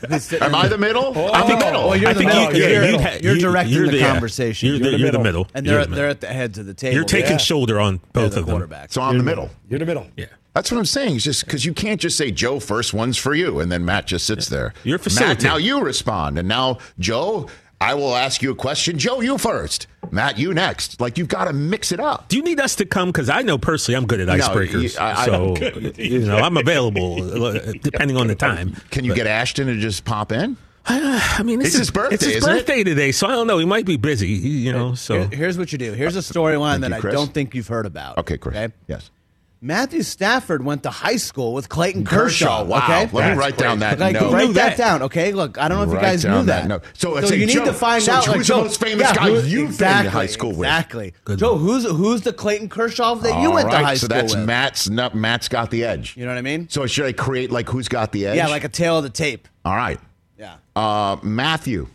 H: They sit
G: Am
H: in
G: I
H: the-
G: the middle?
K: Oh,
G: I'm the middle.
H: Well, you're
I: I
H: the
I: think
H: middle.
I: you- yeah,
H: You're,
I: you'd
H: you're,
I: ha- you-
H: directing
I: you're
H: the,
I: the-
H: conversation.
I: You're the, you're the middle.
H: and
I: You're
H: they're
I: the
H: they're
I: middle.
H: at the heads of the table.
I: You're taking
H: yeah.
I: shoulder on both
H: the
I: of them.
H: quarterback.
G: So I'm the middle.
K: You're the middle.
I: Yeah.
G: That's what I'm saying. It's just because you can't just say Joe first one's for you, and then Matt just sits there.
I: You're
G: Matt,
I: facilitating.
G: now you respond, and now Joe, I will ask you a question. Joe, you first. Matt, you next. Like you've got to mix it up.
I: Do you need us to come? Because I know personally, I'm good at icebreakers.
G: you- I- I-
I: so you know, I'm available uh, depending on the time.
G: Can you get Ashton to just pop in?
I: I mean,
G: It's his birthday,
I: It's his
G: isn't it?
I: birthday today, so I don't know. He might be busy. You know, so
H: Here- here's what you do. Here's a storyline that
G: Oh. Uh, you,
H: I
G: Chris.
H: don't think you've heard about.
G: Okay, Chris. Yes.
H: Matthew Stafford went to high school with Clayton Kershaw.
G: Wow.
H: Okay?
G: Let me write down that
H: Like,
G: note.
H: write
I: Who knew that?
H: that down, okay? Look, I don't know if you
G: Write
H: guys
G: down
H: knew
G: that
H: that.
G: note. So let's say,
H: you need
G: Joe,
H: to find
G: so
H: out.
G: who's
H: like,
G: the
H: Joe,
G: most famous guy
H: who-
G: you've been to
H: exactly,
G: high school with?
H: Exactly.
I: Good
H: Joe,
I: one.
H: who's who's the Clayton Kershaw that you
G: All
H: went to
G: right,
H: high
G: so
H: school
G: that's
H: with?
G: Matt's. No, Matt's got the edge.
H: You know what I mean?
G: So should I create like who's got the edge?
H: Yeah, like a tail of the tape.
G: all right.
H: Yeah.
G: Uh, Matthew,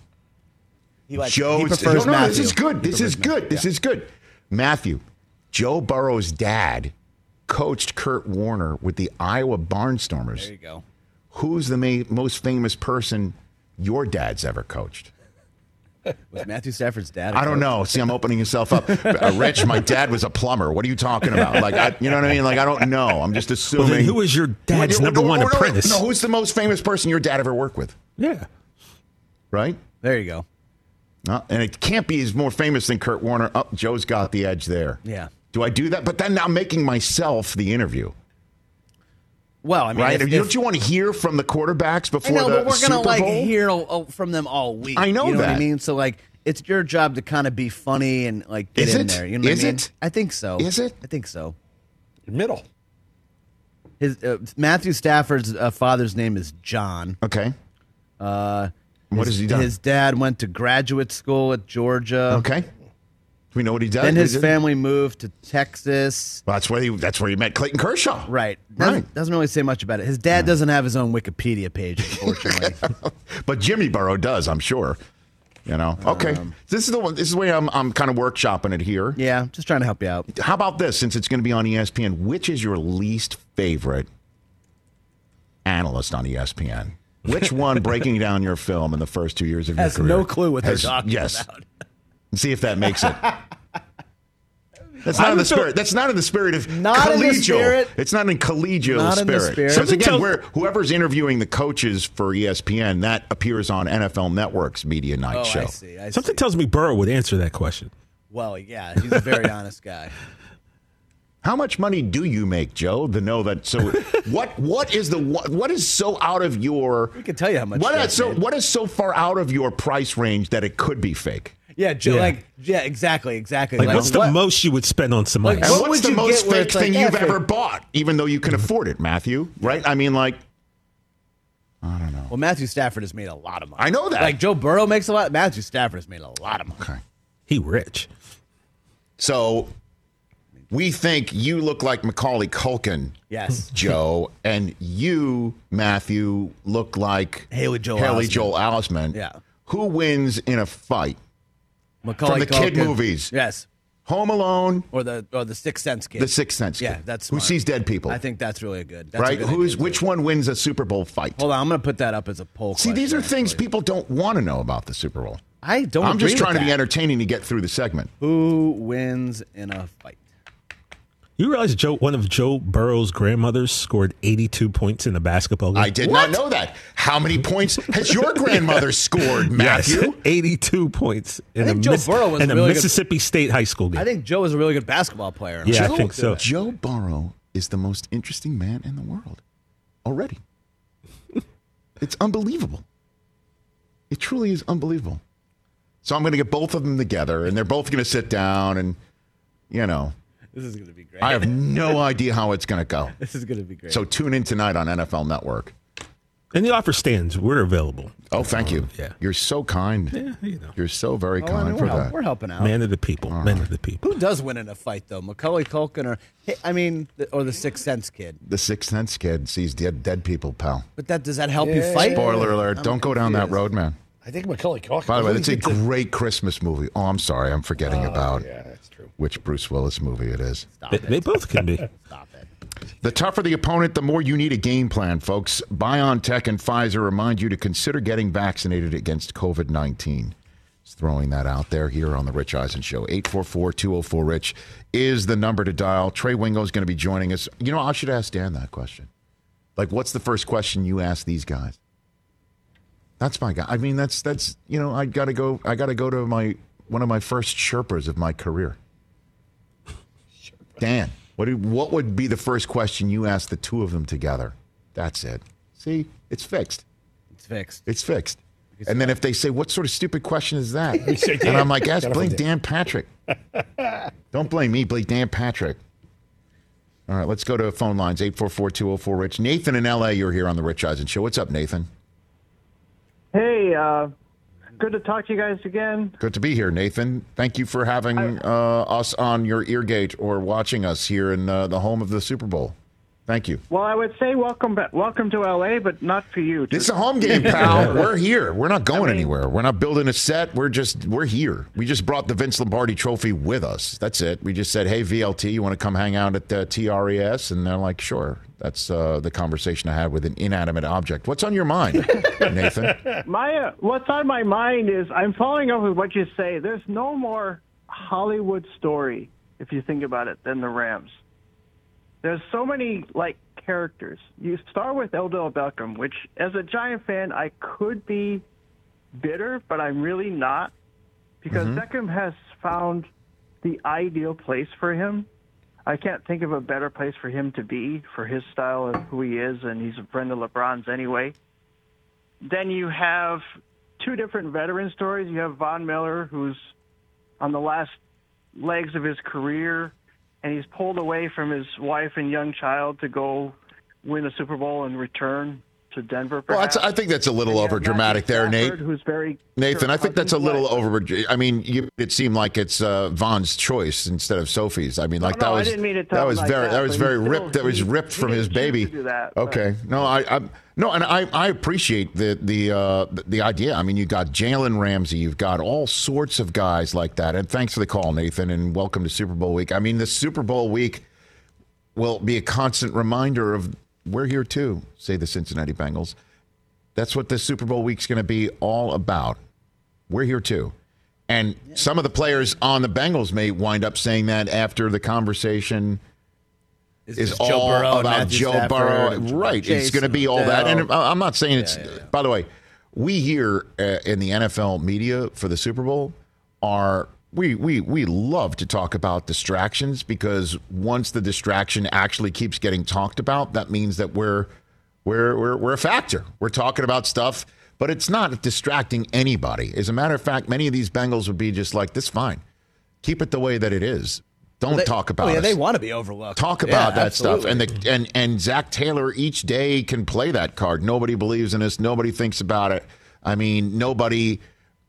H: He likes
G: Joe.
H: he
G: no,
H: prefers
G: no,
H: Matthew.
G: this is good.
H: He
G: This is
H: prefers Matthew.
G: good. This is good. Matthew, Joe Burrow's dad coached Kurt Warner with the Iowa Barnstormers.
H: There you go.
G: Who's the ma- most famous person your dad's ever coached?
H: Was Matthew Stafford's dad? a
G: I don't
H: coach?
G: know. See, I'm opening yourself up. Uh, Rich, my dad was a plumber. What are you talking about? Like, I, you know what I mean? Like, I don't know. I'm just assuming.
I: Well, then who was your dad's
G: Well,
I: number
G: no,
I: one
G: no, no,
I: apprentice?
G: No, who's the most famous person your dad ever worked with?
I: Yeah.
G: Right?
H: There you go.
G: Uh, and it can't be as more famous than Kurt Warner. Oh, Joe's got the edge there.
H: Yeah.
G: Do I do that? But then I'm making myself the interview,
H: Well, I mean,
G: right?
H: if- if-
G: don't you want to hear from the quarterbacks
H: I
G: before
H: know,
G: the
H: but we're
G: Super
H: gonna like
G: Bowl?
H: hear all- all- from them all week.
G: I know
H: you know what I
G: that.
H: mean. So like, it's your job to kind of be funny and like get
G: Is
H: in
G: it?
H: there. You know what
G: Is
H: I mean?
G: it?
H: I think so.
G: Is it?
H: I think so.
K: Middle.
H: His uh, Matthew Stafford's uh, father's name is John.
G: Okay.
H: Uh,
G: What
H: his,
G: has he done?
H: His dad went to graduate school at Georgia.
G: okay. Do we know what he does?
H: Then his
G: Is it-
H: family moved to Texas.
G: Well, that's where he. That's where he met Clayton Kershaw.
H: Right. Doesn't,
G: Right.
H: Doesn't really say much about it. His dad doesn't have his own Wikipedia page, unfortunately.
G: But Jimmy Burrow does, I'm sure. You know. Okay.
H: Um,
G: this is the one. This is the way I'm. I'm kind of workshopping it here.
H: yeah, just trying to help you out.
G: How about this? Since it's going to be on E ESPN, which is your least favorite analyst on E ESPN? Which one breaking down your film in the first two years of
H: Has
G: your career?
H: no clue what they're talking
G: yes.
H: about.
G: See if that makes it. That's not in the spirit. That's not in the spirit of
H: Not
G: collegial.
H: in the spirit.
G: It's not in collegial
H: Not in the
G: spirit.
H: spirit.
G: So
H: Something
G: again,
I: tells-
G: where whoever's interviewing the coaches for E ESPN, that appears on NFL Network's media night
H: Oh,
G: show.
H: I see. I
I: Something
H: see.
I: tells me Burrow would answer that question.
H: well, yeah, he's a very honest guy.
G: How much money do you make, Joe? The know that so what what is the what, what is so out of your
H: We can tell you how much.
G: what
H: Jack
G: is so
H: made.
G: what is so far out of your price range that it could be fake?
H: Yeah, Joe,
I: Yeah.
H: like yeah, exactly, exactly.
I: Like, what's the
H: what-
I: most you would spend on some ice?
H: Like,
G: And
H: What
G: what's
H: would
G: the
H: you
G: most
H: get where
G: fake
H: it's like,
G: thing
H: eh,
G: you've
H: fake?
G: ever bought, even though you can afford it, Matthew? Right? I mean, like
H: Well, Matthew Stafford has made a lot of money.
G: I know that.
H: Like Joe Burrow makes a lot. Matthew Stafford has made a lot of money.
G: okay.
I: He rich.
G: So we think you look like Macaulay Culkin,
H: Yes.
G: Joe, and you, Matthew, look like
H: Haley Joel
G: Haley
H: Osment.
G: Joel Osment.
H: Yeah.
G: Who wins in a fight?
H: Macaulay
G: the kid
H: Culkin.
G: movies.
H: Yes.
G: Home Alone,
H: Or the or the Sixth Sense kid.
G: The Sixth Sense.
H: Yeah,
G: kid.
H: that's
G: who
H: smart.
G: sees dead people.
H: I think that's really good. That's a
G: right.
H: good
G: Who's
H: idea, too.
G: which one wins a Super Bowl fight?
H: Hold on, I'm gonna put that up as a poll.
G: See, these are
H: question,
G: things
H: actually.
G: people don't want to know about the Super Bowl.
H: I don't.
G: I'm just
H: agree with
G: trying to be
H: that.
G: entertaining to get through the segment.
H: Who wins in a fight?
I: You realize Joe, one of Joe Burrow's grandmothers scored 82 points in the basketball game.
G: I did not know that. How many points has your grandmother scored,
I: Yes,
G: Matthew?
I: 82 points in, a,
H: think Joe
I: Miss-
H: Burrow was
I: in a
H: really good-
I: Mississippi State high school game.
H: I think Joe is a really good basketball player.
I: Yeah, I
G: Joe,
I: think so.
G: Joe Burrow is the most interesting man in the world already. it's unbelievable. It truly is unbelievable. So I'm going to get both of them together, and they're both going to sit down, and you know,
H: This is gonna be great.
G: I have no idea how it's going to go.
H: this is gonna be great.
G: So tune in tonight on NFL Network.
I: and the offer stands. We're available.
G: Oh, thank you.
I: Yeah.
G: You're so kind.
I: Yeah, you know.
G: You're so very
H: Oh, I mean,
G: kind
H: we're,
G: for
H: help-
G: that.
H: we're helping out.
I: Man of the people.
K: Uh-huh.
I: Man of the people.
H: Who does win in a fight though? Macaulay Culkin or I mean, the- or the Sixth Sense kid?
G: The Sixth Sense kid sees dead, dead people, pal.
H: But that does that help you fight?
G: Spoiler alert. Don't go down that road, man.
K: I think Macaulay Culkin.
G: By the way,
K: doesn't
G: it's
K: he
G: a
K: get to-
G: great Christmas movie. Oh, I'm sorry. I'm forgetting about
K: Yeah, that's true.
G: which Bruce Willis movie it is.
I: They, they both can be.
H: Stop it.
G: The tougher the opponent, the more you need a game plan, folks. BioNTech and Pfizer remind you to consider getting vaccinated against COVID 19. Just throwing that out there here on The Rich Eisen Show. 844 204 Rich is the number to dial. Trey Wingo is going to be joining us. You know, I should ask Dan that question. Like, what's the first question you ask these guys? That's my guy. I mean, that's that's you know, I gotta go. I gotta go to my one of my first Sherpas of my career. Dan, what do, what would be the first question you ask the two of them together? That's it. See, it's fixed.
H: It's fixed.
G: It's fixed. And then if they say, "What sort of stupid question is that?"
K: say,
G: and I'm
K: "Dan."
G: like, "Ask
K: Gotta
G: blame
K: find
G: Dan Patrick." Don't blame me, blame Dan Patrick. All right, let's go to phone lines 844-204 Rich. Nathan in LA, you're here on the Rich Eisen show. What's up, Nathan?
L: Hey, uh, good to talk to you guys again.
G: Good to be here, Nathan. Thank you for having uh, us on your ear gate or watching us here in uh, the home of the Super Bowl. Thank you.
L: Well, I would say welcome, ba- welcome to LA, but not for you.
G: This is a home game, pal. We're here. We're not going anywhere. We're not building a set. We're just we're here. We just brought the Vince Lombardi Trophy with us. That's it. We just said, "Hey, VLT, you want to come hang out at uh, TRES?" And they're like, "Sure." That's uh, the conversation I had with an inanimate object. What's on your mind, Nathan?
L: my uh, what's on my mind is I'm following up with what you say. There's no more Hollywood story if you think about it than the Rams. There's so many like characters. You start with Odell Beckham, which as a Giant fan I could be bitter, but I'm really not because
G: Mm-hmm.
M: Mhm.
L: Beckham has found the ideal place for him. I can't think of a better place for him to be for his style and who he is, and he's a friend of LeBron's anyway. Then you have two different veteran stories. You have Von Miller, who's on the last legs of his career, and he's pulled away from his wife and young child to go win a Super Bowl and return to Denver.
G: Well, that's,
L: perhaps.
G: I think that's a little over dramatic there, Nate.
L: Stafford, Who's very
G: Nathan, I think that's a little over. I mean, you, it seemed like it's uh, Vaughn's choice instead of Sophie's. I mean, like
L: Oh, no,
G: that
L: I
G: was
L: didn't mean to tell
G: that
L: him
G: was
L: like
G: very
L: that,
G: that, was
L: but
G: very
L: he still-
G: ripped. That was
L: he-
G: ripped
L: he
G: from his
L: didn't choose
G: baby.
L: to do that, but-
G: okay, no, I, I no, and I, I appreciate the the uh, the idea. I mean, you got Jalen Ramsey, you've got all sorts of guys like that. And thanks for the call, Nathan, and welcome to Super Bowl week. I mean, the Super Bowl week will be a constant reminder of we're here too. Say the Cincinnati Bengals. That's what this Super Bowl week's going to be all about. We're here too. And some of the players on the Bengals may wind up saying that after the conversation is,
H: just
G: all
H: Joe Burrow and
G: about
H: Matthew
G: Joe
H: Stafford,
G: Burrow.
H: and
G: Right. it's
H: Chase
G: going to be
H: and
G: all that. And uh,
H: Odell.
G: I- I'm not saying it's, by the way, we here uh, in the NFL media for the Super Bowl are. We, we, we love to talk about distractions because once the distraction actually keeps getting talked about, that means that we're we're, we're, we're a factor. We're talking about stuff, but it's not distracting anybody. As a matter of fact, many of these Bengals would be just like, this fine. Keep it the way that it is. Don't
H: They-
G: talk about
H: Oh, yeah,
G: us.
H: they want to be overlooked.
G: Talk about that stuff, and the and and Zach Taylor each day can play that card. Nobody believes in us. Nobody thinks about it. I mean, nobody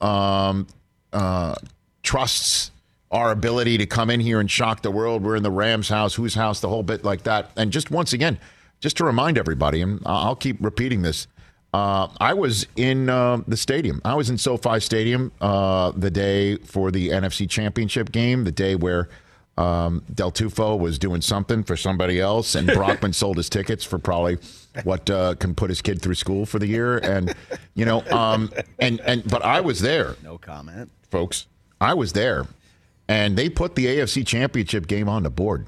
G: um, uh, trusts our ability to come in here and shock the world. We're in the Rams' house, whose house, the whole bit like that. And just once again, just to remind everybody, and I- I'll keep repeating this. Uh, I was in uh, the stadium. I was in SoFi Stadium uh, the day for the NFC Championship game, the day where um, Del Tufo was doing something for somebody else, and Brockman sold his tickets for probably what uh, can put his kid through school for the year. And you know, um, and and but I was there. No comment, folks. I was there, and they put the AFC Championship game on the board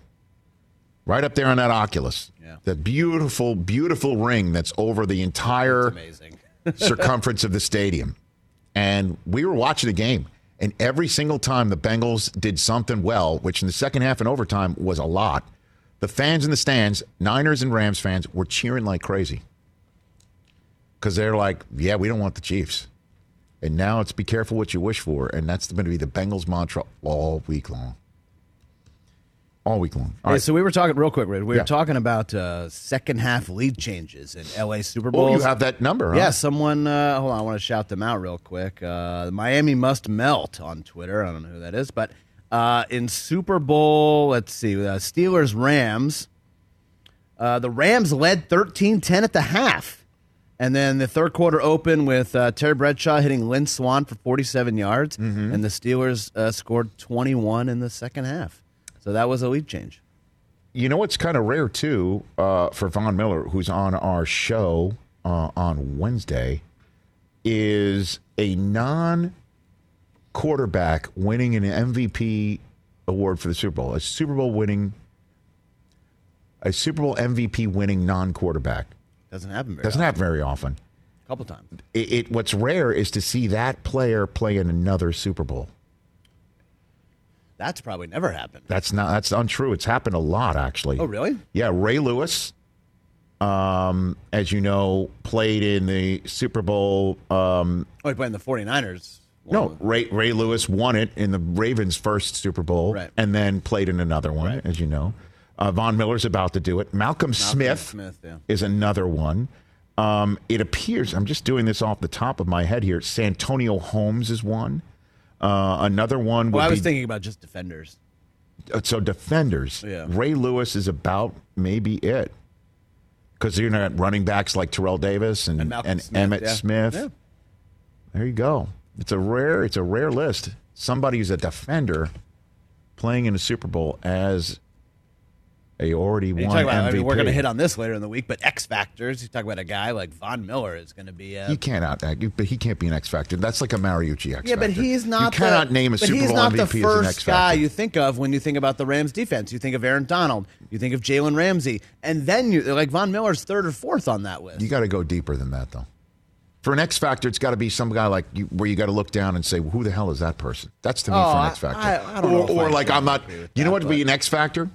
G: right up there on that Oculus. Yeah. That beautiful, beautiful ring that's over the entire circumference of the stadium. And we were watching the game, and every single time the Bengals did something well, which in the second half and overtime was a lot, the fans in the stands, Niners and Rams fans, were cheering like crazy. Because they're like, yeah, we don't want the Chiefs. And now it's be careful what you wish for. And that's going to be the Bengals mantra all week long. All week long. All
H: Hey,
G: right.
H: So we were talking real quick, Red. We
G: Yeah.
H: were talking about uh, second half lead changes in LA Super
G: Oh,
H: Bowl.
G: you have that number, huh?
H: Yeah, someone. Uh, hold on, I want to shout them out real quick. Uh, Miami must melt on Twitter. I don't know who that is, but uh, in Super Bowl, let's see, uh, Steelers Rams. Uh, the Rams led 13-10 at the half, and then the third quarter opened with uh, Terry Bradshaw hitting Lynn Swan for 47 yards,
G: Mm-hmm.
H: and the Steelers uh, scored 21 in the second half. So that was a lead change.
G: You know what's kind of rare too uh, for Von Miller, who's on our show uh, on Wednesday, is a non-quarterback winning an MVP award for the Super Bowl, a Super Bowl winning, a Super Bowl MVP winning non-quarterback.
H: Doesn't happen very
G: Doesn't happen very often.
H: a couple times.
G: It, it what's rare is to see that player play in another Super Bowl.
H: That's probably never happened.
G: That's not that's untrue. It's happened a lot actually.
H: Oh, really?
G: Yeah, Ray Lewis, um, as you know, played in the Super Bowl. Um,
H: Oh, he played in the 49ers.
G: no, Ray Ray Lewis won it in the Ravens' first Super Bowl,
H: Right.
G: and then played in another one, as you know. Uh, Von Miller's about to do it. Malcolm, Smith,
H: Smith, yeah.
G: is another one. Um, it appears I'm just doing this off the top of my head here. Santonio Holmes is one. Uh, another one.
H: Well,
G: would
H: I was
G: be-
H: thinking about just defenders.
G: uh, so defenders.
H: Yeah.
G: Ray Lewis is about maybe it. Because you're not running backs like Terrell Davis and, and,
H: Malcolm Smith,
G: Emmett
H: yeah.
G: Smith.
H: Yeah.
G: There you go. It's a rare. It's a rare list. Somebody who's a defender playing in a Super Bowl as a already
H: And you
G: won
H: talk about,
G: MVP.
H: I mean, we're going to hit on this later in the week, but X factors. You talk about a guy like Von Miller is going to be a
G: You can't out, but he can't be an X factor. That's like a Mariucci X factor.
H: yeah, but he's not.
G: You cannot
H: the,
G: name a
H: but
G: Super
H: he's
G: Bowl
H: not
G: MVP
H: the
G: as an
H: first
G: X
H: guy
G: factor.
H: you think of when you think about the Rams defense. You think of Aaron Donald. You think of Jalen Ramsey, and then you like Von Miller's third or fourth on that list.
G: You got to go deeper than that, though. For an X factor, it's got to be some guy like you, where you got to look down and say, "Who the hell is that person?" That's to me
H: Oh,
G: for an
H: I-
G: X factor.
H: I- I don't know
G: or
H: if I
G: or like
H: totally
G: I'm not.
H: agree with
G: You know
H: that,
G: what would be an
H: but-
G: X factor?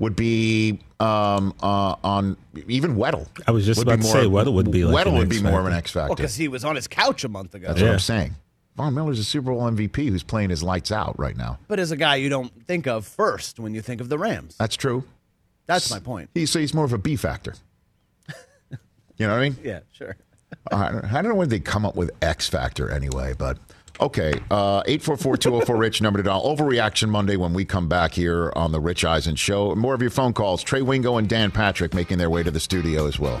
G: Would be um, uh, on even Weddle.
I: I was just
G: Would
I: about to say Weddle would be like
G: Weddle
I: an
G: would
I: X
G: be more of an
I: factor.
G: X factor.
H: Well, because he was on his couch a month ago.
G: That's what I'm saying. Von Miller's a Super Bowl MVP who's playing his lights out right now.
H: But as a guy you don't think of first when you think of the Rams.
G: That's true.
H: That's my point.
G: He, so he's more of a B factor. You know what I mean?
H: Yeah, sure.
G: I don't, I don't know when they come up with X Factor anyway, but okay. Uh, 844-204-RICH, number to dial. Overreaction Monday when we come back here on the Rich Eisen Show. More of your phone calls. Trey Wingo and Dan Patrick making their way to the studio as well.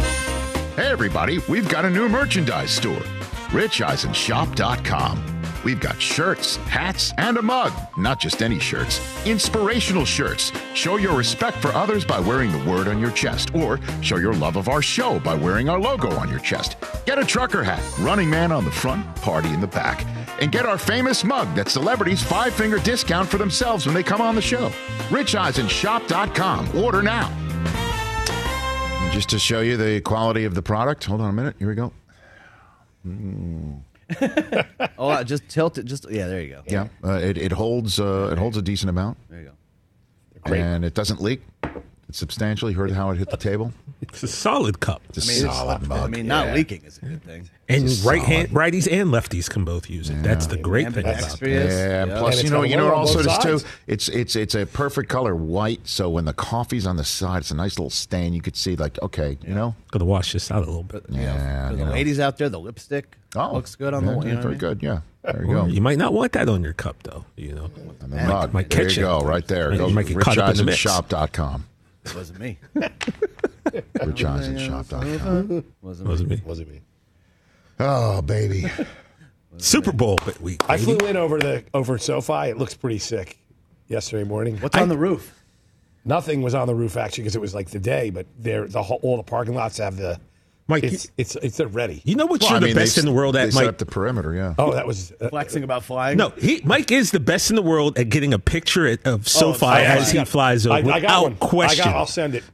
G: Hey, everybody, we've got a new merchandise store, richeisenshop.com. We've got shirts, hats, and a mug. Not just any shirts, inspirational shirts. Show your respect for others by wearing the word on your chest, or show your love of our show by wearing our logo on your chest. Get a trucker hat, running man on the front, party in the back. And get our famous mug that celebrities five finger discount for themselves when they come on the show. richeisenshop.com. Order now. Just to show you the quality of the product, hold on a minute. Here we go. Mm,
H: Oh, I just tilt it. Just yeah, there you go.
G: Yeah, uh, it, it holds uh, it holds a decent amount,
H: There you go.
G: and it doesn't leak. It's substantial. You heard how it hit the table. It's a solid cup. It's a
H: I mean, it's-
G: solid
H: I
G: mug.
H: mean, not leaking is a good thing.
I: And
G: It's a
I: right
G: solid-
I: hand, righties and lefties can both use it. That's the great thing about it.
G: Yeah, and plus you know you know what also it is too. It's it's it's a perfect color white. So when the coffee's on the side, it's a nice little stain. You could see like okay, you know,
I: gotta wash this out a little bit.
G: Yeah,
H: For
G: you
H: the
G: know. Oh,
H: ladies out there, the lipstick looks good on
G: Yeah,
H: the one. You know
G: very
H: what I mean?
G: good. Yeah, there you
I: Or
G: go.
I: You might not want that on your cup though. You know,
G: And the mug. there you go, right there.
I: You
G: Go
I: might get caught up in the mix.
G: richeisenshop.com.
H: It wasn't me.
G: richeisenshop.com.
H: Wasn't,
I: wasn't me.
K: Wasn't me.
G: Oh, baby.
I: Super Bowl week.
K: I flew in over the over SoFi. It looks pretty sick. Yesterday morning.
H: What's on the roof?
K: Nothing was on the roof actually because it was like the day, but there the whole, all the parking lots have the.
I: Mike,
K: it's it's, it's they're ready.
I: You know what you're the best in the world at, Mike?
G: perimeter, yeah.
K: Oh, that was
H: flexing about flying.
I: No, he Mike is the best in the world at getting a picture at-
K: Oh,
I: of SoFi as he flies over
K: I, I
I: without
K: got one.
I: question.
K: I got, I'll send it.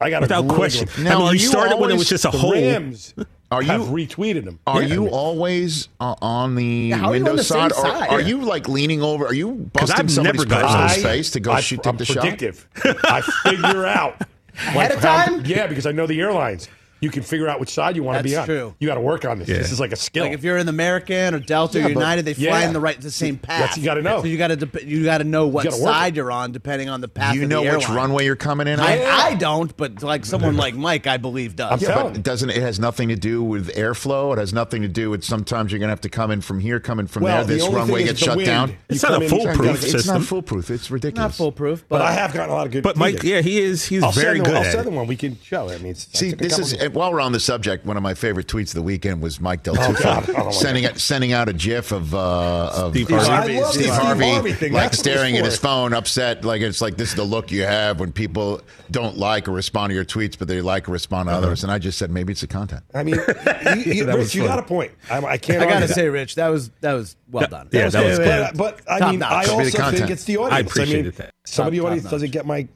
K: I got
I: Without
K: a good
I: question.
K: One.
I: Now, I mean, are you you started when it was always- just a
K: the
I: hole.
K: Rams
G: Are you-
K: have retweeted him?
G: Are
K: Yeah.
G: you always uh, on the
K: how are you
G: window
K: on the same
G: side, or
K: side?
G: are
K: Yeah.
G: you like leaning over? Are you
K: 'Cause
G: busting
K: I've
G: somebody's
K: never gotten
G: person's
K: it.
G: face to go
K: I-
G: shoot,
K: I'm
G: take the shot?
K: predictive. I figure out ahead
G: of
K: yeah, because I know the airlines. you can figure out which side you want to be on.
H: That's true.
K: You got to work on this.
H: Yeah.
K: This is like a skill.
H: Like if you're an American or Delta or
K: Yeah, but-
H: United, they fly
K: yeah.
H: in the right the same path.
K: That's- you gotta know.
H: So you got to dep you got to know what
K: gotta work
H: side you're on depending on the path.
G: you
H: of
G: know
H: the
G: which
H: airline.
G: runway you're coming in on?
H: I, I don't, but like someone like Mike, I believe does.
G: yeah, but it doesn't it has nothing to do with airflow? It has nothing to do with sometimes you're going to have to come in from here, coming from
K: Well, the
G: there. This
K: only thing
G: runway
K: is
G: gets
K: the
G: shut
K: wind.
G: down.
K: You It's not come a in, you gotta foolproof get-
G: It's not
K: system.
G: foolproof. It's ridiculous.
H: foolproof,
K: but, I have gotten a lot of good.
I: But Mike,
K: feedback.
I: yeah, he is. He's
K: I'll
I: very
K: send
I: good
K: Them, I'll
I: at
K: send
I: it.
K: them one. We can show. I mean, it's, I
G: See,
K: took a
G: this
K: couple
G: is
K: of-
G: and while we're on the subject. One of my favorite tweets of the weekend was Mike Del
K: Oh,
G: Tufo
K: God. Oh, my
G: sending out, sending out a GIF of uh, of
I: Steve Harvey. I love the
G: Steve
I: Steve
G: Harvey,
I: Harvey thing.
G: like
I: That's what
G: staring
I: it's
G: at
I: for.
G: his phone, upset. Like it's like this is the look you have when people don't like or respond to your tweets, but they like or respond to
K: Uh-huh.
G: others. And I just said maybe it's the content.
K: I mean, you, you,
G: That was
K: Rich, you
G: fun.
K: got a point. I, I can't.
H: I gotta
K: argue that.
H: say, Rich, that was that was well
G: That-
H: done.
G: yeah, that was
K: but, but I
H: Top
K: mean,
H: notch.
K: I
H: Should be the
K: also think
I: content.
K: it's the audience.
I: I
K: mean,
I: appreciated that.
K: Some of the
I: Top-
K: audience
I: top
K: doesn't get my.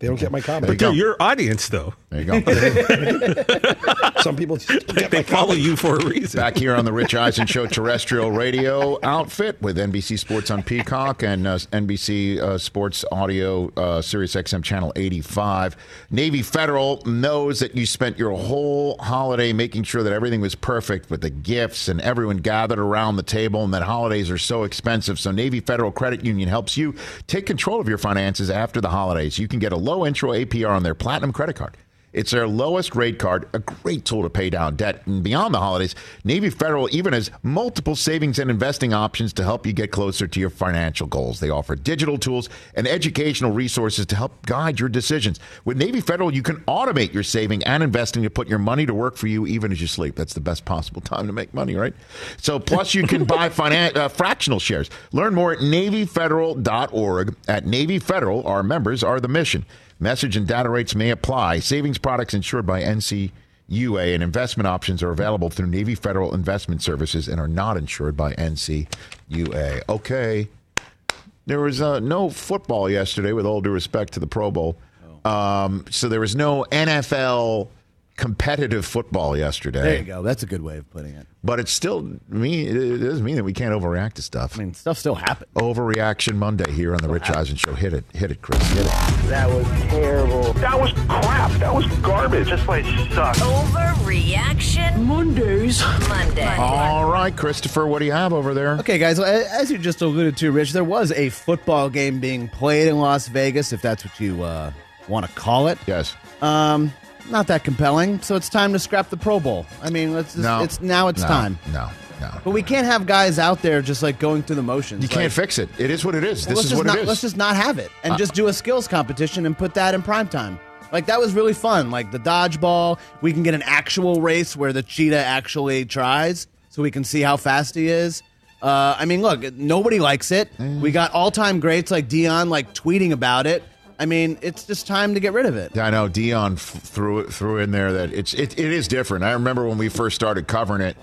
K: They don't get my comment.
I: But dude, your audience though.
G: There you go.
K: some people just don't get
I: They
K: my
I: follow
K: comment.
I: you for a reason.
G: Back here on the Rich Eisen Show terrestrial radio outfit with NBC Sports on Peacock and uh, NBC uh, Sports Audio uh, Sirius XM Channel 85. Navy Federal knows that you spent your whole holiday making sure that everything was perfect with the gifts and everyone gathered around the table and that holidays are so expensive. So Navy Federal Credit Union helps you take control of your finances after the holidays. You can get a low intro APR on their Platinum credit card. It's their lowest rate card, a great tool to pay down debt. And beyond the holidays, Navy Federal even has multiple savings and investing options to help you get closer to your financial goals. They offer digital tools and educational resources to help guide your decisions. With Navy Federal, you can automate your saving and investing to put your money to work for you even as you sleep. That's the best possible time to make money, right? So, plus, you can buy finan- uh, fractional shares. Learn more at NavyFederal.org. At Navy Federal, our members are the mission. Message and data rates may apply. Savings products insured by NCUA and investment options are available through Navy Federal Investment Services and are not insured by NCUA. Okay. There was uh, no football yesterday, with all due respect to the Pro Bowl. Um, so there was no NFL competitive football yesterday.
H: There you go. That's a good way of putting it.
G: But it's still me. It doesn't mean that we can't overreact to stuff. I mean,
H: stuff still happens.
G: Overreaction Monday here on the Rich Eisen Show. Hit it, hit it, Chris. Hit it.
N: That was terrible. That was crap. That was garbage. This place sucks.
F: Overreaction Mondays. Monday.
G: All right, Christopher, what do you have over there?
H: Okay, guys, well, a- as you just alluded to, Rich, there was a football game being played in Las Vegas, if that's what you uh, want to call it.
G: Yes.
H: Um, not that compelling, so it's time to scrap the Pro Bowl. I mean, let's just,
G: No.
H: it's now it's
G: No.
H: time.
G: No, no.
H: But we can't have guys out there just like going through the motions.
G: You
H: Like,
G: can't fix it. It is what it is. this
H: well, let's
G: is
H: just
G: what
H: not,
G: it is.
H: Let's just not have it and
G: Uh,
H: just do a skills competition and put that in prime time. Like that was really fun. Like the dodgeball, we can get an actual race where the cheetah actually tries, so we can see how fast he is. Uh, I mean, look, nobody likes it. We got all-time greats like Dion, like tweeting about it. I mean, it's just time to get rid of it.
G: I know Dion f- threw threw in there that it's it, it is different. I remember when we first started covering it,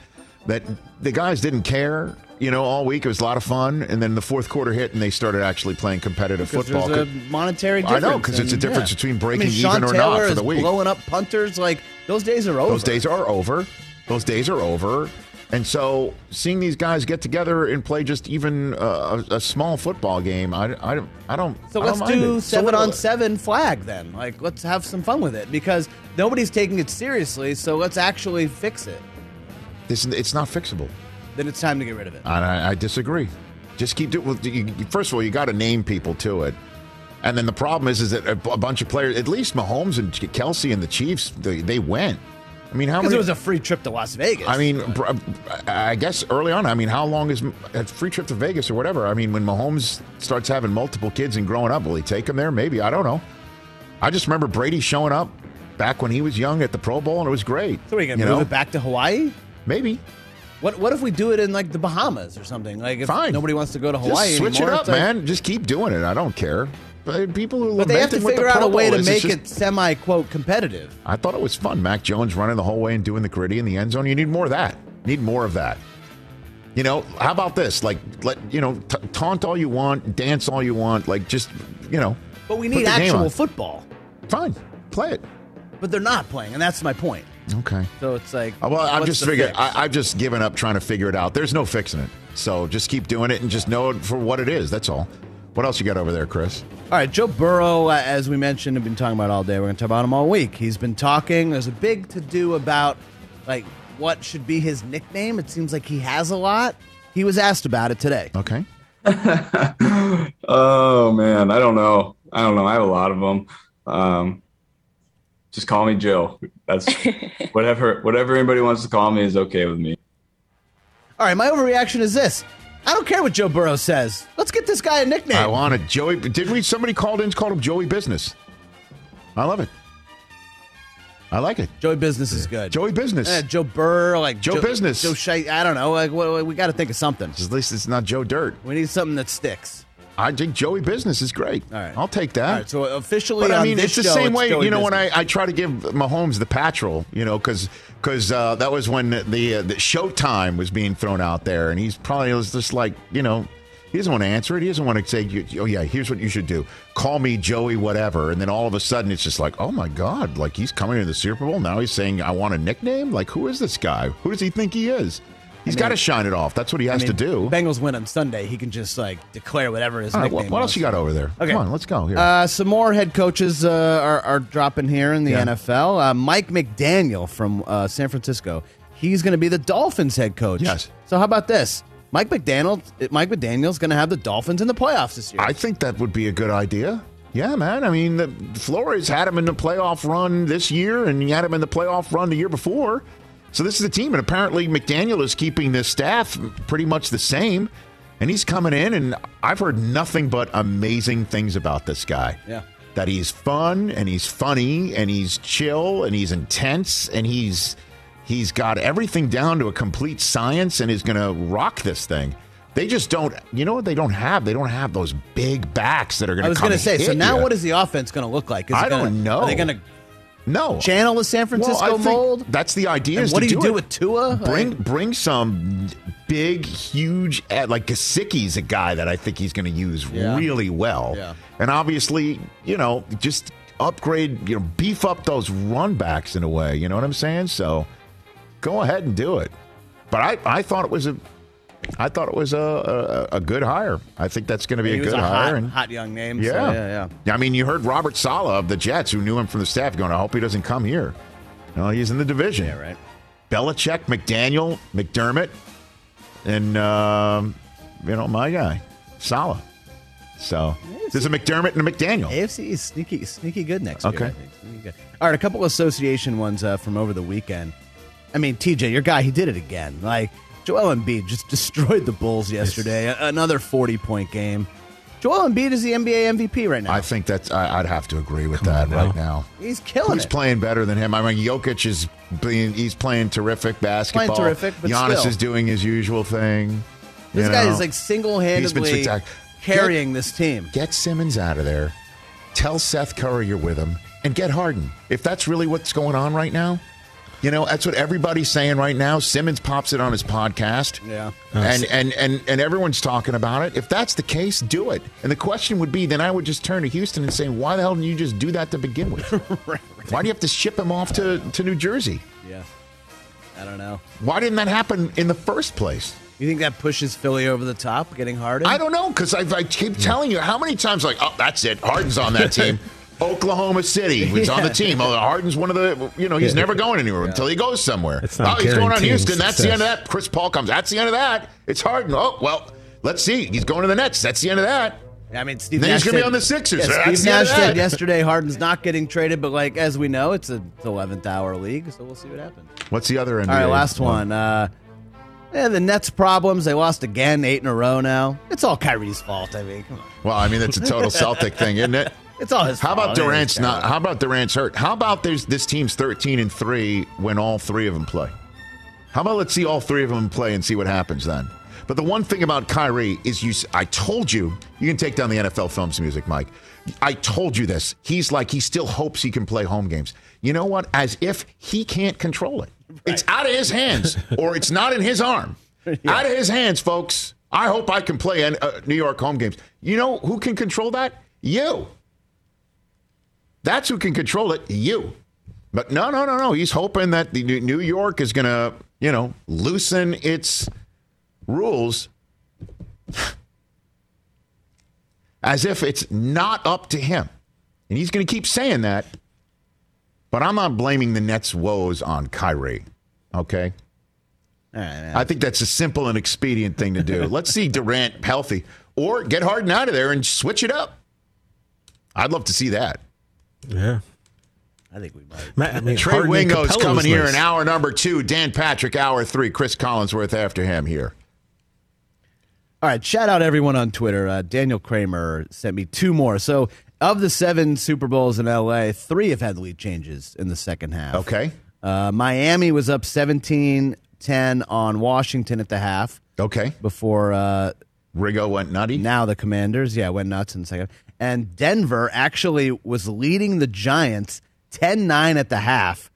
G: that the guys didn't care. You know, all week it was a lot of fun, and then the fourth quarter hit, and they started actually playing competitive
H: Because
G: football.
H: There's a monetary
G: I
H: difference.
G: know, 'cause it's a
H: and-
G: difference between breaking
H: I mean, Sean
G: even or
H: Taylor
G: not for
H: is
G: the week.
H: Blowing up punters, like those days are over.
G: Those days are over. Those days are over. And so, seeing these guys get together and play just even uh, a, a small football game, I, I, don't- I don't.
H: So
G: I don't
H: let's
G: mind
H: do
G: it. So
H: seven
G: what-
H: on seven flag then. Like, let's have some fun with it because nobody's taking it seriously. So let's actually fix it.
G: This, it's not fixable.
H: Then it's time to get rid of it.
G: And I, I disagree. Just keep doing. Well, you, you- first of all, you got to name people to it, and then the problem is, is that a, b- a bunch of players, at least Mahomes and Kelsey and the Chiefs, they, they went. I mean, how
H: Because
G: many?
H: it was a free trip to Las Vegas.
G: I mean, br- I guess early on. I mean, how long is a free trip to Vegas or whatever? I mean, when Mahomes starts having multiple kids and growing up, will he take them there? Maybe I don't know. I just remember Brady showing up back when he was young at the Pro Bowl, and it was great.
H: so we're gonna
G: you
H: move
G: know?
H: it back to Hawaii.
G: Maybe.
H: What What if we do it in like the Bahamas or something? Like, if
G: Fine.
H: nobody wants to go to
G: Just
H: Hawaii,
G: switch
H: anymore,
G: it up,
H: it's like-
G: man. Just keep doing it. I don't care. But people who
H: But they have to
G: lamenting what the
H: figure out a
G: Pro
H: way
G: Bowl
H: to
G: is, it's
H: make
G: just-
H: it semi quote competitive.
G: I thought it was fun. Mac Jones running the whole way and doing the gritty in the end zone. You need more of that. Need more of that. You know, how about this? Like, let you know, ta taunt all you want, dance all you want. Like, just you know.
H: But we
G: put
H: need
G: the game
H: actual
G: on.
H: football.
G: Fine, play it.
H: But they're not playing, and that's my point.
G: Okay.
H: So it's like,
G: Uh, Well, I'm
H: what's
G: just
H: the
G: figuring.
H: fix?
G: I, I've just given up trying to figure it out. There's no fixing it. So just keep doing it and just know it for what it is. That's all. What else you got over there, Chris?
H: All right, Joe Burrow, uh, as we mentioned, have been talking about all day. We're going to talk about him all week. He's been talking. There's a big to do about like what should be his nickname. It seems like he has a lot. He was asked about it today.
G: Okay.
O: Oh man, I don't know. I don't know. I have a lot of them. Um, just call me Jill. That's whatever. Whatever anybody wants to call me is okay with me.
H: All right, my overreaction is this. I don't care what Joe Burrow says. Let's get this guy a nickname.
G: I want it. Joey, did we? Somebody called in, called him Joey Business. I love it. I like it.
H: Joey Business is good.
G: Joey Business.
H: Eh, Joe Burr, like
G: Joe Business.
H: Joe Shai, I don't know. Like we, we got to think of something.
G: At least it's not Joe Dirt.
H: We need something that sticks.
G: I think Joey Business is great. All right, I'll take that.
H: All right, so officially,
G: But I
H: on
G: mean,
H: this
G: it's the
H: show,
G: same way.
H: Joey
G: you know, when
H: Business.
G: I, I try to give Mahomes the patrol, you know, because uh, that was when the uh, the Showtime was being thrown out there, and he's probably was just like, you know, he doesn't want to answer it. He doesn't want to say, you- oh yeah, here's what you should do. Call me Joey, whatever. And then all of a sudden, it's just like, oh my god, like he's coming to the Super Bowl now. He's saying, I want a nickname. Like, who is this guy? Who does he think he is? He's got to shine it off. That's what he has
H: I
G: to do.
H: mean, Bengals win on Sunday. He can just like declare whatever his
G: All right,
H: nickname.
G: what, what else
H: was.
G: you got over there?
H: Okay.
G: Come on, let's go here.
H: Uh, some more head coaches uh, are, are dropping here in the
G: Yeah.
H: NFL. Uh, Mike McDaniel from uh, San Francisco. He's going to be the Dolphins head coach. Yes. So how about this? Mike McDaniel. Mike McDaniel's going to have the Dolphins in the playoffs this year.
G: I think that would be a good idea. Yeah, man. I mean, the, Flores had him in the playoff run this year, and he had him in the playoff run the year before. So this is the team, and apparently McDaniel is keeping this staff pretty much the same. And he's coming in, and I've heard nothing but amazing things about this guy.
H: Yeah.
G: That he's fun and he's funny and he's chill and he's intense and he's he's got everything down to a complete science and is going to rock this thing. They just don't, you know what they don't have? They don't have those big backs that are going
H: I
G: to
H: was
G: come
H: going to
G: and
H: say. So
G: hit
H: now,
G: you.
H: what is the offense going to look like? Is
G: I
H: it gonna,
G: don't know.
H: Are they going to
G: no
H: channel the San
G: Well, I
H: Francisco
G: think
H: mold?
G: That's the idea.
H: And
G: is
H: what
G: to
H: do you do
G: it.
H: with Tua?
G: Bring bring some big, huge, eh, like Gasicki's a guy that I think he's going to use
H: Yeah.
G: really well.
H: Yeah.
G: And obviously, you know, just upgrade, you know, beef up those run backs in a way. You know what I'm saying? So go ahead and do it. But I, I thought it was a. I thought it was a, a, a good hire. I think that's going to be
H: He
G: a
H: was
G: good
H: a
G: hire.
H: hot,
G: and-
H: hot young name. so
G: yeah.
H: yeah,
G: I mean, you heard Robert Sala of the Jets, who knew him from the staff, going, I hope he doesn't come here. No, he's in the division. Yeah,
H: right.
G: Belichick, McDaniel, McDermott, and, um, you know, my guy, Sala. So there's a McDermott and a McDaniel.
H: yeah. AFC is sneaky, sneaky good next year.
G: Okay.
H: I think. Sneaky good. All right, a couple association ones uh, from over the weekend. I mean, TJ, your guy, he did it again. Like Joel Embiid just destroyed the Bulls yesterday. A- Another forty-point game. Joel Embiid is the NBA MVP right now.
G: I think that's, I, I'd have to agree with that right now.
H: He's killing
G: Who's
H: it.
G: playing better than him? I mean, Jokic is being, he's playing terrific basketball.
H: terrific, but
G: Giannis
H: still.
G: is doing his usual thing. you
H: This guy
G: know?
H: is
G: He's
H: like
G: been
H: single-handedly
G: spectac-
H: carrying
G: Get-
H: this team.
G: Get Simmons out of there. Tell Seth Curry you're with him, and get Harden. If that's really what's going on right now, you know that's what everybody's saying right now. Simmons pops it on his podcast.
H: Yeah.
G: And, and and and everyone's talking about it. If that's the case, do it. And the question would be, then I would just turn to Houston and say, why the hell didn't you just do that to begin with? Why do you have to ship him off to, to New Jersey?
H: Yeah. I don't know.
G: Why didn't that happen in the first place?
H: You think that pushes Philly over the top, getting Harden?
G: I don't know because I, I keep telling you how many times like, oh, that's it. Harden's on that team. Oklahoma City was on the
H: Yeah.
G: team. Oh, Harden's one of the, you know, he's
I: Yeah.
G: never going anywhere until he goes somewhere.
I: That's
G: Oh,
I: not
G: he's going on
I: guaranteeing
G: Houston. That's the end of
I: success.
G: that. Chris Paul comes. That's the end of that. It's Harden. Oh, well, let's see. He's going to the Nets. That's the end of that.
H: I mean, Steve
G: Then
H: Nash
G: he's gonna be
H: said-
G: on the Sixers.
H: Yeah,
G: That's
H: Steve
G: the
H: Nash
G: end of
H: said
G: that.
H: yesterday Harden's not getting traded, but like as we know, it's a eleventh hour league, so we'll see what happens.
G: What's the other end?
H: All right, last one. Uh, yeah, the Nets' problems. They lost again, eight in a row now. It's all Kyrie's fault. I mean, come on.
G: Well, I mean, it's a total Celtic thing, isn't it?
H: It's all his
G: How about
H: fault. I mean,
G: Durant's
H: he's
G: not? How about Durant's hurt? How about there's this team's 13 and three when all three of them play? How about let's see all three of them play and see what happens then? But the one thing about Kyrie is you. s- I told you you can take down the NFL films music, Mike. I told you this. He's like he still hopes he can play home games. You know what? As if he can't control it. It's out of his hands, or it's not in his arm. Out of his hands, folks. I hope I can play in uh, New York home games. You know who can control that? You. That's who can control it, you. But no, no, no, no. He's hoping that the New New York is going to, you know, loosen its rules. as if it's not up to him. And he's going to keep saying that. But I'm not blaming the Nets' woes on Kyrie. Okay. I think that's a simple and expedient thing to do. Let's see Durant healthy or get Harden out of there and switch it up. I'd love to see that.
I: Yeah.
H: I think we might.
I: Matt, I mean,
G: Trey
I: Harden and
G: Wingo's
I: Capella
G: coming
I: was
G: here
I: nice.
G: in hour number two. Dan Patrick, hour three. Chris Collinsworth after him here.
H: All right, shout out everyone on Twitter. Uh, Daniel Kramer sent me two more. So, of the seven Super Bowls in LA, three have had lead changes in the second half.
G: Okay.
H: Uh, Miami was up 17 10 on Washington at the half.
G: Okay.
H: Before uh,
G: Rigo went nutty.
H: Now the Commanders, yeah, went nuts in the second. And Denver actually was leading the Giants 10 9 at the half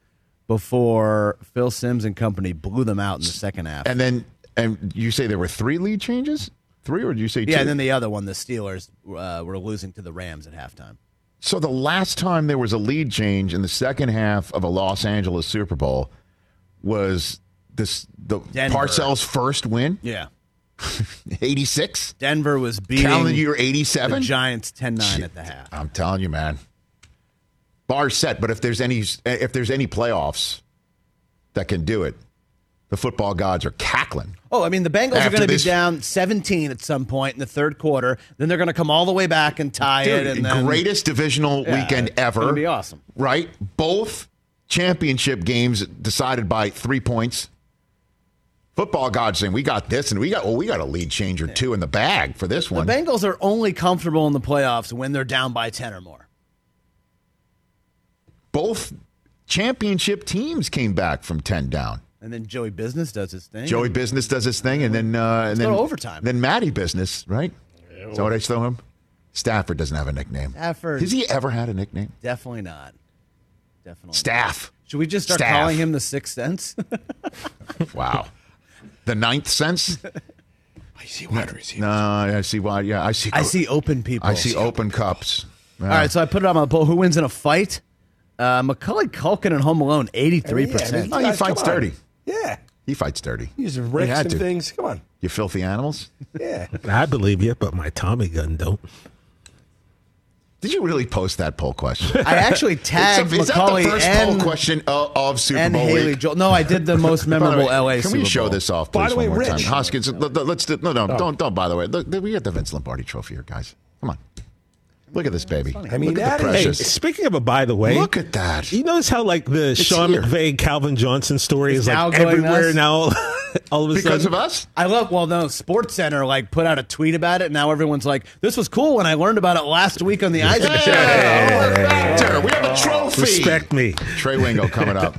H: before Phil Sims and company blew them out in the second half.
G: And then, and you say there were three lead changes? Three, or did you say two?
H: Yeah, and then the other one, the Steelers uh, were losing to the Rams at halftime.
G: So the last time there was a lead change in the second half of a Los Angeles Super Bowl was this the
H: Denver.
G: Parcells' first win,
H: Yeah.
G: 86.
H: Denver was beating
G: calendar year 87.
H: the Giants 10-9 at the half.
G: I'm telling you, man. Bar set, but if there's any if there's any playoffs that can do it, the football gods are cackling.
H: Oh, I mean, the Bengals are
G: After
H: going to be
G: this-
H: down 17 at some point in the third quarter. Then they're going to come all the way back and tie
G: Dude,
H: it. And then,
G: greatest divisional
H: Yeah,
G: weekend
H: it's
G: ever.
H: gonna be awesome.
G: Right? Both championship games decided by three points. Football gods saying, we got this and we got, well, we got a lead change or two in the bag for this
H: The
G: one.
H: Bengals are only comfortable in the playoffs when they're down by 10 or more.
G: Both championship teams came back from 10 down.
H: And then Joey Business does his thing.
G: Joey Business does his thing, and then uh, and
H: go
G: then
H: to overtime.
G: Then Matty Business, right? Is that what I throw him? Stafford doesn't have a nickname.
H: Stafford.
G: Has he ever had a nickname?
H: Definitely not. Definitely.
G: Staff.
H: Should we just start
G: Staff.
H: calling him the sixth sense?
G: Wow. The ninth sense. I see wide receivers. No, I see wide. Yeah, I see.
H: I see open people.
G: I see open cups. Yeah.
H: All right, so I put it on my poll. Who wins in a fight? Uh, Macaulay Culkin and Home Alone, eighty-three percent.
G: Oh, he fights dirty.
K: Yeah,
G: He fights dirty.
K: he's
G: He
K: wrecks
G: had
K: some
G: to.
K: things. Come on,
G: You filthy animals.
K: yeah.
I: I believe you, but my Tommy gun don't.
G: Did you really post that poll question?
H: I actually tagged
G: Is that- is
H: Macaulay
G: that the first
H: and
G: poll question of, of Super
H: and
G: Bowl
H: Haley
G: week?
H: Joel. No, I did the most
G: By the
H: memorable
G: way, Can
H: LA. Super
G: we show
H: Bowl.
G: this off, please,
K: By the way,
G: one more
K: Rich- Oh.
G: time? Hoskins, let- let- let's do, no, no, don't, don't. By the way, look, we got the Vince Lombardi Trophy here, guys. Come on, look at this baby.
K: I mean,
G: look at
K: that
G: the
K: is-
I: Hey,
G: precious.
I: speaking of a by the way,
G: look at that.
I: you notice how like the Sean
G: here.
I: McVay, Calvin Johnson story
H: It's
I: is
H: now
I: like
H: going
I: everywhere
H: us.
I: now. all of a
G: Because of
I: sudden,
G: us,
H: I love. Well, no, Sports Center like put out a tweet about it. Now everyone's like, "This was cool when I learned about it last week on the Eisen
G: Yeah,
H: Show."
G: we're a factor. we have a trophy.
I: respect me.
G: Trey Wingo coming up.